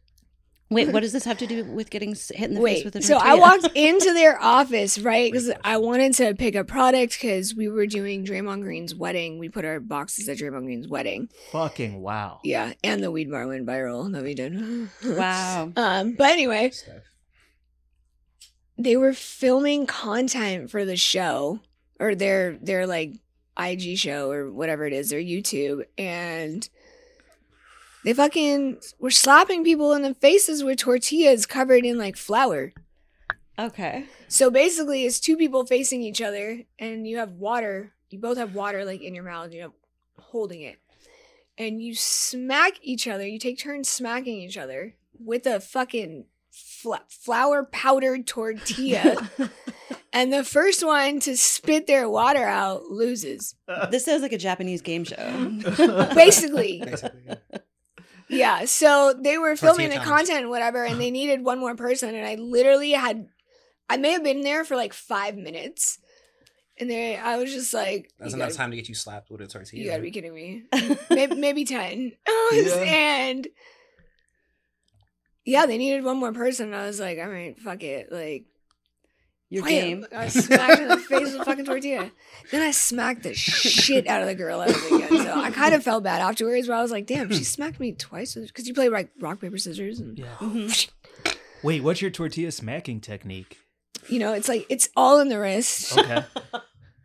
[SPEAKER 2] Wait, what does this have to do with getting s- hit in the face with a
[SPEAKER 4] so I
[SPEAKER 2] tortilla?
[SPEAKER 4] walked into their office, right? Because I wanted to pick a product because we were doing Draymond Green's wedding. We put our boxes at Draymond Green's wedding.
[SPEAKER 1] Fucking wow.
[SPEAKER 4] Yeah, and the weed bar went viral that we did.
[SPEAKER 2] Wow.
[SPEAKER 4] Um, but anyway,
[SPEAKER 5] Stuff.
[SPEAKER 4] they were filming content for the show or their their like IG show or whatever it is, their YouTube, and they fucking were slapping people in the faces with tortillas covered in like flour.
[SPEAKER 2] Okay.
[SPEAKER 4] So basically, it's two people facing each other, and you have water. You both have water like in your mouth. You know, holding it, and you smack each other. You take turns smacking each other with a fucking fla- flour powdered tortilla, and the first one to spit their water out loses.
[SPEAKER 2] This sounds like a Japanese game show.
[SPEAKER 4] Basically,
[SPEAKER 5] Basically.
[SPEAKER 4] yeah. So they were filming the
[SPEAKER 5] Tortilla challenge.
[SPEAKER 4] content, whatever, and they
[SPEAKER 5] Uh-huh.
[SPEAKER 4] needed one more person, and I literally had. I may have been there for like five minutes, and they, I was just like,
[SPEAKER 5] That's
[SPEAKER 4] you
[SPEAKER 5] enough
[SPEAKER 4] gotta-
[SPEAKER 5] time to get you slapped with a tortilla.
[SPEAKER 4] You gotta be kidding me. maybe, maybe 10.
[SPEAKER 1] Yeah.
[SPEAKER 4] And yeah, they needed one more person. And I was like, all right, fuck it. Like,
[SPEAKER 2] Your
[SPEAKER 4] bam.
[SPEAKER 2] game.
[SPEAKER 4] I was smacked in the face with a fucking tortilla. Then I smacked the shit out of the girl out of the weekend. So I kind of felt bad afterwards where I was like, damn, she smacked me twice. Because you play like rock, paper, scissors. And,
[SPEAKER 1] Yeah.
[SPEAKER 2] Mhm.
[SPEAKER 1] Wait, what's your tortilla smacking technique?
[SPEAKER 4] you know, it's like, it's all in the wrist.
[SPEAKER 1] Okay.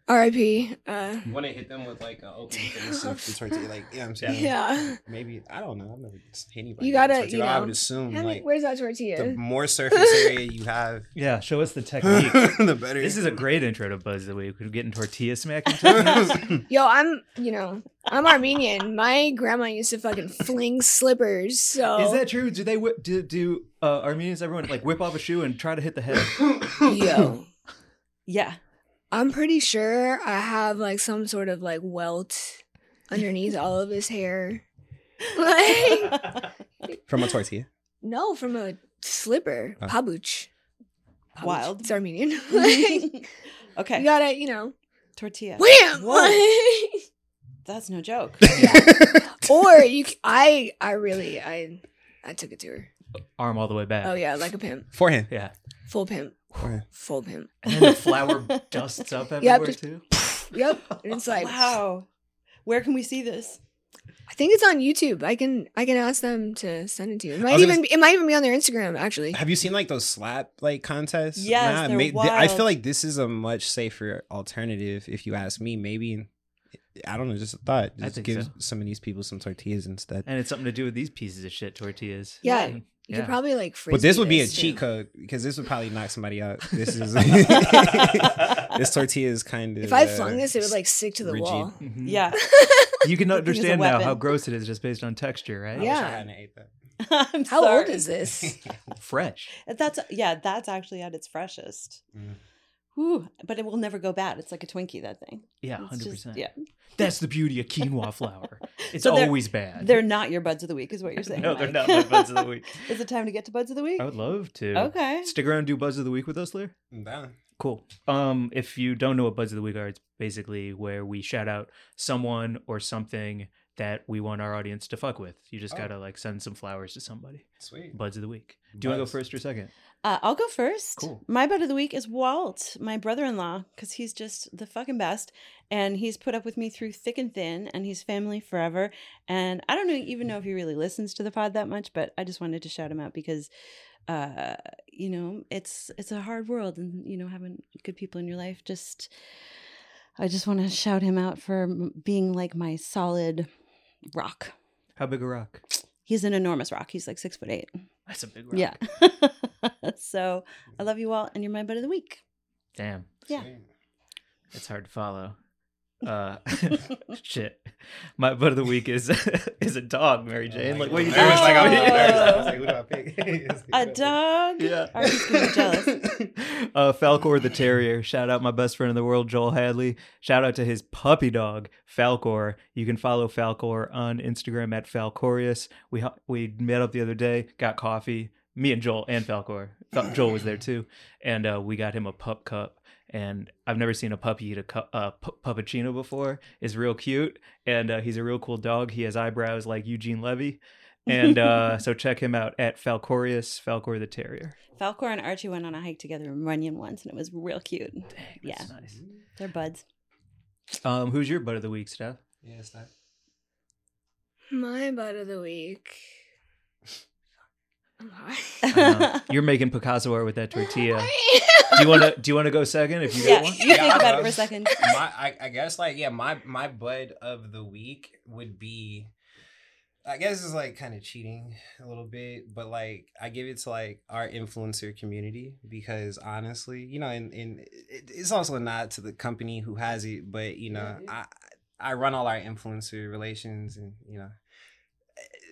[SPEAKER 4] RIP. Uh,
[SPEAKER 5] You want to hit them with like an open face
[SPEAKER 4] Damn.
[SPEAKER 5] of the tortilla, like yeah, I'm
[SPEAKER 4] yeah.
[SPEAKER 5] saying. Maybe I don't know. I've never seen anybody.
[SPEAKER 4] You
[SPEAKER 5] with a
[SPEAKER 4] gotta,
[SPEAKER 5] tortilla.
[SPEAKER 4] you
[SPEAKER 5] I
[SPEAKER 4] know,
[SPEAKER 5] would assume
[SPEAKER 4] How many-
[SPEAKER 5] like
[SPEAKER 4] where's that tortilla?
[SPEAKER 5] the more surface area you have,
[SPEAKER 1] Yeah, show us the technique.
[SPEAKER 5] the better.
[SPEAKER 1] this is a great intro to Buzz the Week. We're getting tortilla smacking techniques.
[SPEAKER 4] Yo, I'm, you know, I'm Armenian. My grandma used to fucking fling slippers. So
[SPEAKER 1] Is that true? Do they whip, do do uh, Armenians everyone like whip off a shoe and try to hit the head?
[SPEAKER 4] yo,
[SPEAKER 2] Yeah.
[SPEAKER 4] I'm pretty sure I have like some sort of like welt underneath all of his hair. Like,
[SPEAKER 5] from a tortilla.
[SPEAKER 4] no, from a slipper,
[SPEAKER 5] Oh.
[SPEAKER 4] pabuch. Pabuch.
[SPEAKER 2] Wild.
[SPEAKER 4] It's Armenian. like, you
[SPEAKER 2] okay.
[SPEAKER 4] gotta, you know,
[SPEAKER 2] Tortilla.
[SPEAKER 4] wham.
[SPEAKER 2] Whoa.
[SPEAKER 4] Like-
[SPEAKER 2] That's no joke.
[SPEAKER 4] or you, c- I, I really, I, I took it to her.
[SPEAKER 1] Arm all the way back.
[SPEAKER 4] Oh yeah, like a pimp,
[SPEAKER 5] Forehand.
[SPEAKER 1] Yeah.
[SPEAKER 4] full pimp,
[SPEAKER 5] Forehand.
[SPEAKER 4] full pimp.
[SPEAKER 1] And then the flour dusts up everywhere
[SPEAKER 4] just-
[SPEAKER 1] too.
[SPEAKER 4] Yep. And it's like,
[SPEAKER 2] Wow. Where can we see this?
[SPEAKER 4] I think it's on YouTube. I can I can ask them to send it to you. It might
[SPEAKER 5] was gonna
[SPEAKER 4] even be, it might even be on their Instagram actually.
[SPEAKER 5] Have you seen like those slap like contests?
[SPEAKER 2] Yes, they're
[SPEAKER 5] th- I
[SPEAKER 2] wild.
[SPEAKER 5] feel like this is a much safer alternative, if you ask me. Maybe I don't know. Just a thought.
[SPEAKER 1] I
[SPEAKER 5] Just
[SPEAKER 1] think
[SPEAKER 5] give
[SPEAKER 1] so.
[SPEAKER 5] some of these people some tortillas instead.
[SPEAKER 1] And it's something to do with these pieces of shit tortillas.
[SPEAKER 4] Yeah,
[SPEAKER 1] And-
[SPEAKER 4] You could probably like frisbee.
[SPEAKER 5] But this would be a
[SPEAKER 4] too.
[SPEAKER 5] cheat code because this would probably knock somebody out. This is this tortilla is kind of.
[SPEAKER 4] If I
[SPEAKER 5] uh,
[SPEAKER 4] flung this, it would like stick to the
[SPEAKER 5] rigid.
[SPEAKER 4] wall.
[SPEAKER 1] Mhm.
[SPEAKER 2] Yeah.
[SPEAKER 1] You can
[SPEAKER 2] That thing is a
[SPEAKER 1] understand now how
[SPEAKER 2] weapon.
[SPEAKER 1] gross it is just based on texture,
[SPEAKER 5] I
[SPEAKER 1] right?
[SPEAKER 5] wish I
[SPEAKER 4] Yeah.
[SPEAKER 5] hadn't ate that.
[SPEAKER 2] I'm
[SPEAKER 4] How
[SPEAKER 2] sorry.
[SPEAKER 4] old is this?
[SPEAKER 1] Fresh.
[SPEAKER 2] That's yeah, that's actually at its freshest.
[SPEAKER 5] Mm.
[SPEAKER 2] Whew. But it will never go bad. It's like a Twinkie, that thing.
[SPEAKER 1] Yeah,
[SPEAKER 2] It's
[SPEAKER 1] hundred
[SPEAKER 2] just-
[SPEAKER 1] percent.
[SPEAKER 2] yeah.
[SPEAKER 1] That's the beauty of quinoa flour. It's
[SPEAKER 2] So they're-
[SPEAKER 1] always bad.
[SPEAKER 2] They're not your buds of the week, is what you're saying.
[SPEAKER 1] no, they're not
[SPEAKER 2] Mike.
[SPEAKER 1] my buds of the week. Oh,
[SPEAKER 2] is it time to get to buds of the week?
[SPEAKER 1] I would love to.
[SPEAKER 2] Okay.
[SPEAKER 1] Stick around, and do buzz of the week with us, Lear.
[SPEAKER 5] I'm down.
[SPEAKER 1] Cool. Um, if you don't know what Buzz of the Week are, it's basically where we shout out someone or something that we want our audience to fuck with. You just gotta like send some flowers to somebody.
[SPEAKER 5] Sweet.
[SPEAKER 1] Buds of the week. Do you want to go
[SPEAKER 5] Buds.
[SPEAKER 1] first or second?
[SPEAKER 2] Uh, I'll go first.
[SPEAKER 1] Cool.
[SPEAKER 2] My bud of the week is Walt, my brother in law, because he's just the fucking best. And he's put up with me through thick and thin, and he's family forever. And I don't know, even know if he really listens to the pod that much, but I just wanted to shout him out because, uh, you know, it's it's a hard world, and you know, having good people in your life just. I just want to shout him out for m- being like my solid rock.
[SPEAKER 1] How big a rock?
[SPEAKER 2] He's an enormous rock. He's like six foot eight.
[SPEAKER 1] That's a big rock.
[SPEAKER 2] Yeah. so I love you all, and you're my bud of the week.
[SPEAKER 1] Damn.
[SPEAKER 2] Yeah.
[SPEAKER 5] Sweet.
[SPEAKER 1] It's hard to follow. Uh, shit. My butt of the week is is a dog, Mary Jane. Like, what are you doing?
[SPEAKER 5] I was like,
[SPEAKER 2] Oh.
[SPEAKER 5] I'm nervous. I was like, who do I pick?
[SPEAKER 2] A dog.
[SPEAKER 1] Yeah.
[SPEAKER 2] Are you gonna be jealous?
[SPEAKER 1] uh, Falcor the Terrier. Shout out my best friend in the world, Joel Hadley. Shout out to his puppy dog, Falcor. You can follow Falcor on Instagram at Falcorius. We hu- we met up the other day, got coffee. Me and Joel and Falcor. Thought Joel was there too, and uh, we got him a pup cup. And I've never seen a puppy eat a cu- uh, pu- puppuccino before. It's real cute, and uh, he's a real cool dog. He has eyebrows like Eugene Levy, and uh, so check him out at Falcorius Falcor the Terrier.
[SPEAKER 2] Falcor and Archie went on a hike together in Runyon once, and it was real cute.
[SPEAKER 1] Dang,
[SPEAKER 2] that's
[SPEAKER 1] nice.
[SPEAKER 2] They're buds.
[SPEAKER 1] Um, who's your butt of the week, Steph?
[SPEAKER 5] Yeah, it's that.
[SPEAKER 4] My butt of the week. I'm high.
[SPEAKER 1] Uh, you're making Picasso art with that tortilla. Do you want to? Do you want to go second? If you
[SPEAKER 2] yeah,
[SPEAKER 1] get one,
[SPEAKER 2] you think
[SPEAKER 5] Yeah,
[SPEAKER 2] about it
[SPEAKER 5] I
[SPEAKER 2] for a
[SPEAKER 5] was-
[SPEAKER 2] second.
[SPEAKER 5] my I, I guess like yeah my my bud of the week would be i guess it's like kind of cheating a little bit but like i give it to like our influencer community because honestly you know and, and it, it's also a nod to the company who has it but you know i i run all our influencer relations and you know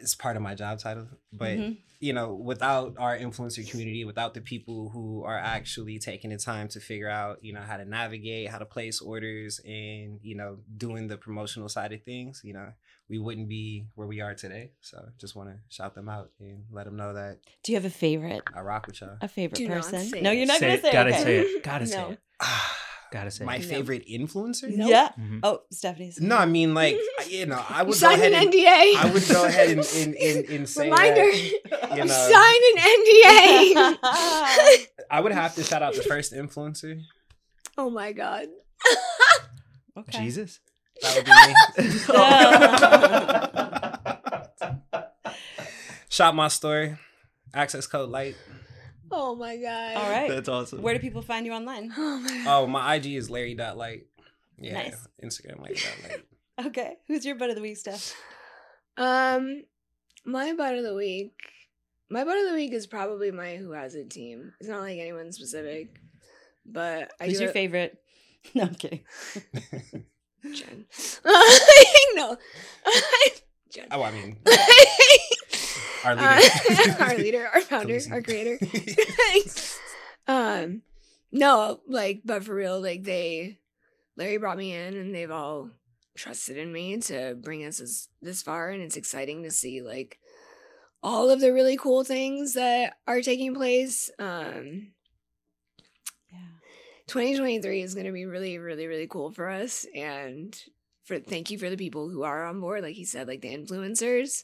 [SPEAKER 5] it's part of my job title but
[SPEAKER 2] Mhm.
[SPEAKER 5] you know, without our influencer community, without the people who are actually taking the time to figure out, you know, how to navigate, how to place orders, and you know, doing the promotional side of things, you know, we wouldn't be where we are today. So, just want to shout them out and let them know that
[SPEAKER 2] Do you have a favorite?
[SPEAKER 5] I rock with y'all.
[SPEAKER 2] A favorite
[SPEAKER 4] Do not
[SPEAKER 2] person?
[SPEAKER 4] say
[SPEAKER 2] No,
[SPEAKER 4] it.
[SPEAKER 2] you're not
[SPEAKER 1] say
[SPEAKER 2] gonna
[SPEAKER 1] it.
[SPEAKER 2] say.
[SPEAKER 1] Gotta
[SPEAKER 2] okay.
[SPEAKER 1] say it. Gotta say
[SPEAKER 4] No.
[SPEAKER 1] it. Gotta say
[SPEAKER 5] My
[SPEAKER 1] it.
[SPEAKER 4] No.
[SPEAKER 5] favorite influencer?
[SPEAKER 4] No.
[SPEAKER 2] Yeah.
[SPEAKER 1] Mhm.
[SPEAKER 2] Oh, Stephanie's.
[SPEAKER 5] No, I mean like you know, I
[SPEAKER 4] You
[SPEAKER 5] would go
[SPEAKER 4] signed
[SPEAKER 5] ahead
[SPEAKER 4] an
[SPEAKER 5] and
[SPEAKER 4] NDA.
[SPEAKER 5] I would go ahead and and, and, and say
[SPEAKER 4] Reminder.
[SPEAKER 5] that, you
[SPEAKER 4] You
[SPEAKER 5] know,
[SPEAKER 4] Sign an NDA.
[SPEAKER 5] I would have to shout out the first influencer.
[SPEAKER 4] oh my god.
[SPEAKER 2] Okay.
[SPEAKER 1] Jesus.
[SPEAKER 5] That would be me. Shop my story. Access code light.
[SPEAKER 4] Oh my god.
[SPEAKER 2] All right.
[SPEAKER 1] That's awesome.
[SPEAKER 2] Where do people find you online?
[SPEAKER 4] Oh my god.
[SPEAKER 5] Oh, my IG is Larry.light. Yeah.
[SPEAKER 2] Nice.
[SPEAKER 5] Instagram Larry.light.
[SPEAKER 2] Okay. Who's your butt of the week, Steph?
[SPEAKER 4] Um, my butt of the week. My butt of the week is probably my who has it team. It's not like anyone specific, but I
[SPEAKER 2] Who's
[SPEAKER 4] do
[SPEAKER 2] your
[SPEAKER 4] it-
[SPEAKER 2] favorite? No, I'm kidding.
[SPEAKER 4] Jen. no, Jen.
[SPEAKER 5] oh, I mean,
[SPEAKER 4] our
[SPEAKER 5] Our leader.
[SPEAKER 4] our leader, our founder, our creator. um, no, like, but for real, like they, Larry brought me in, and they've all trusted in me to bring us this, this far, and it's exciting to see like all of the really cool things that are taking place. Um,
[SPEAKER 2] Yeah.
[SPEAKER 4] 2023 is going to be really really really cool for us and for thank you for the people who are on board like he said like the influencers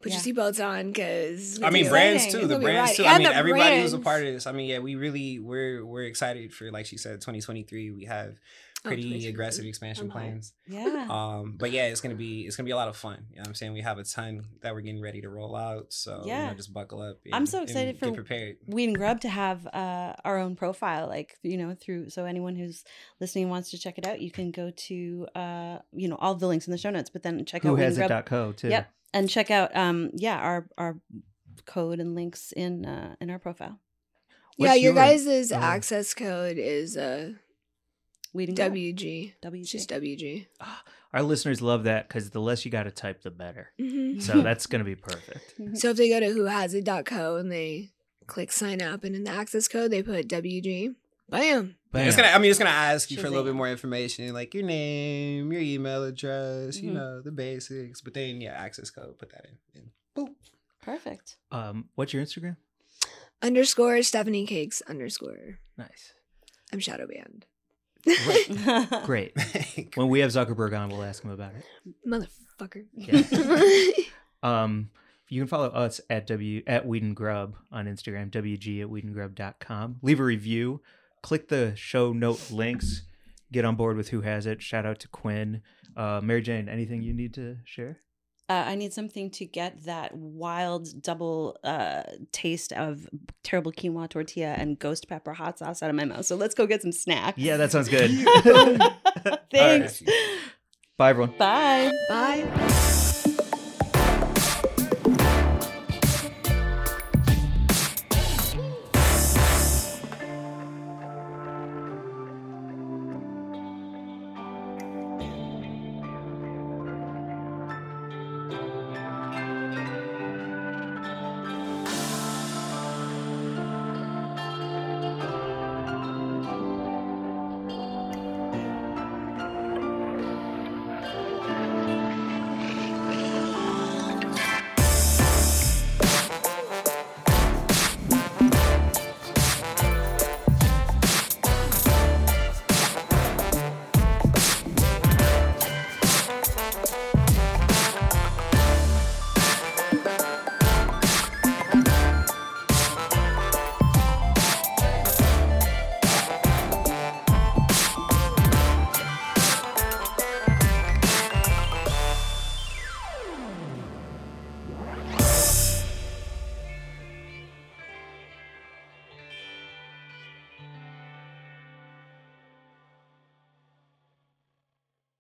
[SPEAKER 4] put
[SPEAKER 2] Yeah.
[SPEAKER 4] your seatbelts on because
[SPEAKER 5] I mean,
[SPEAKER 2] Exciting.
[SPEAKER 5] brands too.
[SPEAKER 4] It's
[SPEAKER 5] The
[SPEAKER 4] gonna be
[SPEAKER 5] brands
[SPEAKER 4] right.
[SPEAKER 5] too. I
[SPEAKER 4] And
[SPEAKER 5] mean,
[SPEAKER 4] the
[SPEAKER 5] everybody who's a
[SPEAKER 4] brands.
[SPEAKER 5] part of this. I mean, yeah, we really we're we're excited for like she said, 2023. We
[SPEAKER 4] Oh,
[SPEAKER 5] have pretty aggressive expansion
[SPEAKER 4] I'm high.
[SPEAKER 5] plans.
[SPEAKER 4] Oh.
[SPEAKER 2] Yeah.
[SPEAKER 5] um but yeah it's gonna be it's gonna be a lot of fun you know what i'm saying we have a ton that we're getting ready to roll out so you
[SPEAKER 2] Yeah.
[SPEAKER 5] know, just buckle up
[SPEAKER 2] I'm
[SPEAKER 5] and-
[SPEAKER 2] so excited
[SPEAKER 5] and
[SPEAKER 2] for-
[SPEAKER 5] get prepared
[SPEAKER 2] Weed and Grub to have uh, our own profile, like you know, through so anyone who's listening and wants to check it out, you can go to uh, you know all the links in the show notes, but then check
[SPEAKER 1] Who
[SPEAKER 2] out Weed
[SPEAKER 1] has
[SPEAKER 2] and
[SPEAKER 1] it?
[SPEAKER 2] Grub
[SPEAKER 1] Dot co too.
[SPEAKER 2] Yep. and check out um yeah our our code and links in uh, in our profile.
[SPEAKER 4] yeah
[SPEAKER 1] What's
[SPEAKER 4] your
[SPEAKER 1] yours?
[SPEAKER 4] guys'
[SPEAKER 5] Uh-huh.
[SPEAKER 1] Oh.
[SPEAKER 4] access code is uh
[SPEAKER 2] Weed and Grub.
[SPEAKER 4] wg
[SPEAKER 2] W. E
[SPEAKER 4] it's just wg
[SPEAKER 1] Ah, Our listeners love that because the less you got to type, the better.
[SPEAKER 4] Mhm.
[SPEAKER 1] So that's gonna be perfect.
[SPEAKER 4] so if they go to who has co and they click sign up and in the access code they put wg bam
[SPEAKER 1] Bam.
[SPEAKER 5] it's gonna i mean it's gonna ask you for a
[SPEAKER 2] Shazam.
[SPEAKER 5] little bit more information like your name your email address you
[SPEAKER 2] Mhm.
[SPEAKER 5] know the basics but then yeah access code put that in and boop
[SPEAKER 2] Perfect.
[SPEAKER 1] um, what's your Instagram?
[SPEAKER 4] underscore stephanie cakes underscore
[SPEAKER 1] Nice.
[SPEAKER 4] i'm shadow banned
[SPEAKER 5] Right.
[SPEAKER 1] Great. When we have Zuckerberg on, we'll ask him about it.
[SPEAKER 4] Motherfucker.
[SPEAKER 2] Uh,
[SPEAKER 1] Um, you can follow us at W at Whedon Grub on Instagram, WG at WhedonGrub.com. Leave a review, click the show note links, get on board with who has it. Shout out to Quinn. Uh, Mary Jane, anything you need to share?
[SPEAKER 2] Uh, I need something to get that wild double uh, taste of terrible quinoa tortilla and ghost pepper hot sauce out of my mouth. So let's go get some snacks.
[SPEAKER 1] Yeah, that sounds good.
[SPEAKER 2] Thanks.
[SPEAKER 1] Bye, everyone.
[SPEAKER 2] Bye.
[SPEAKER 4] Bye.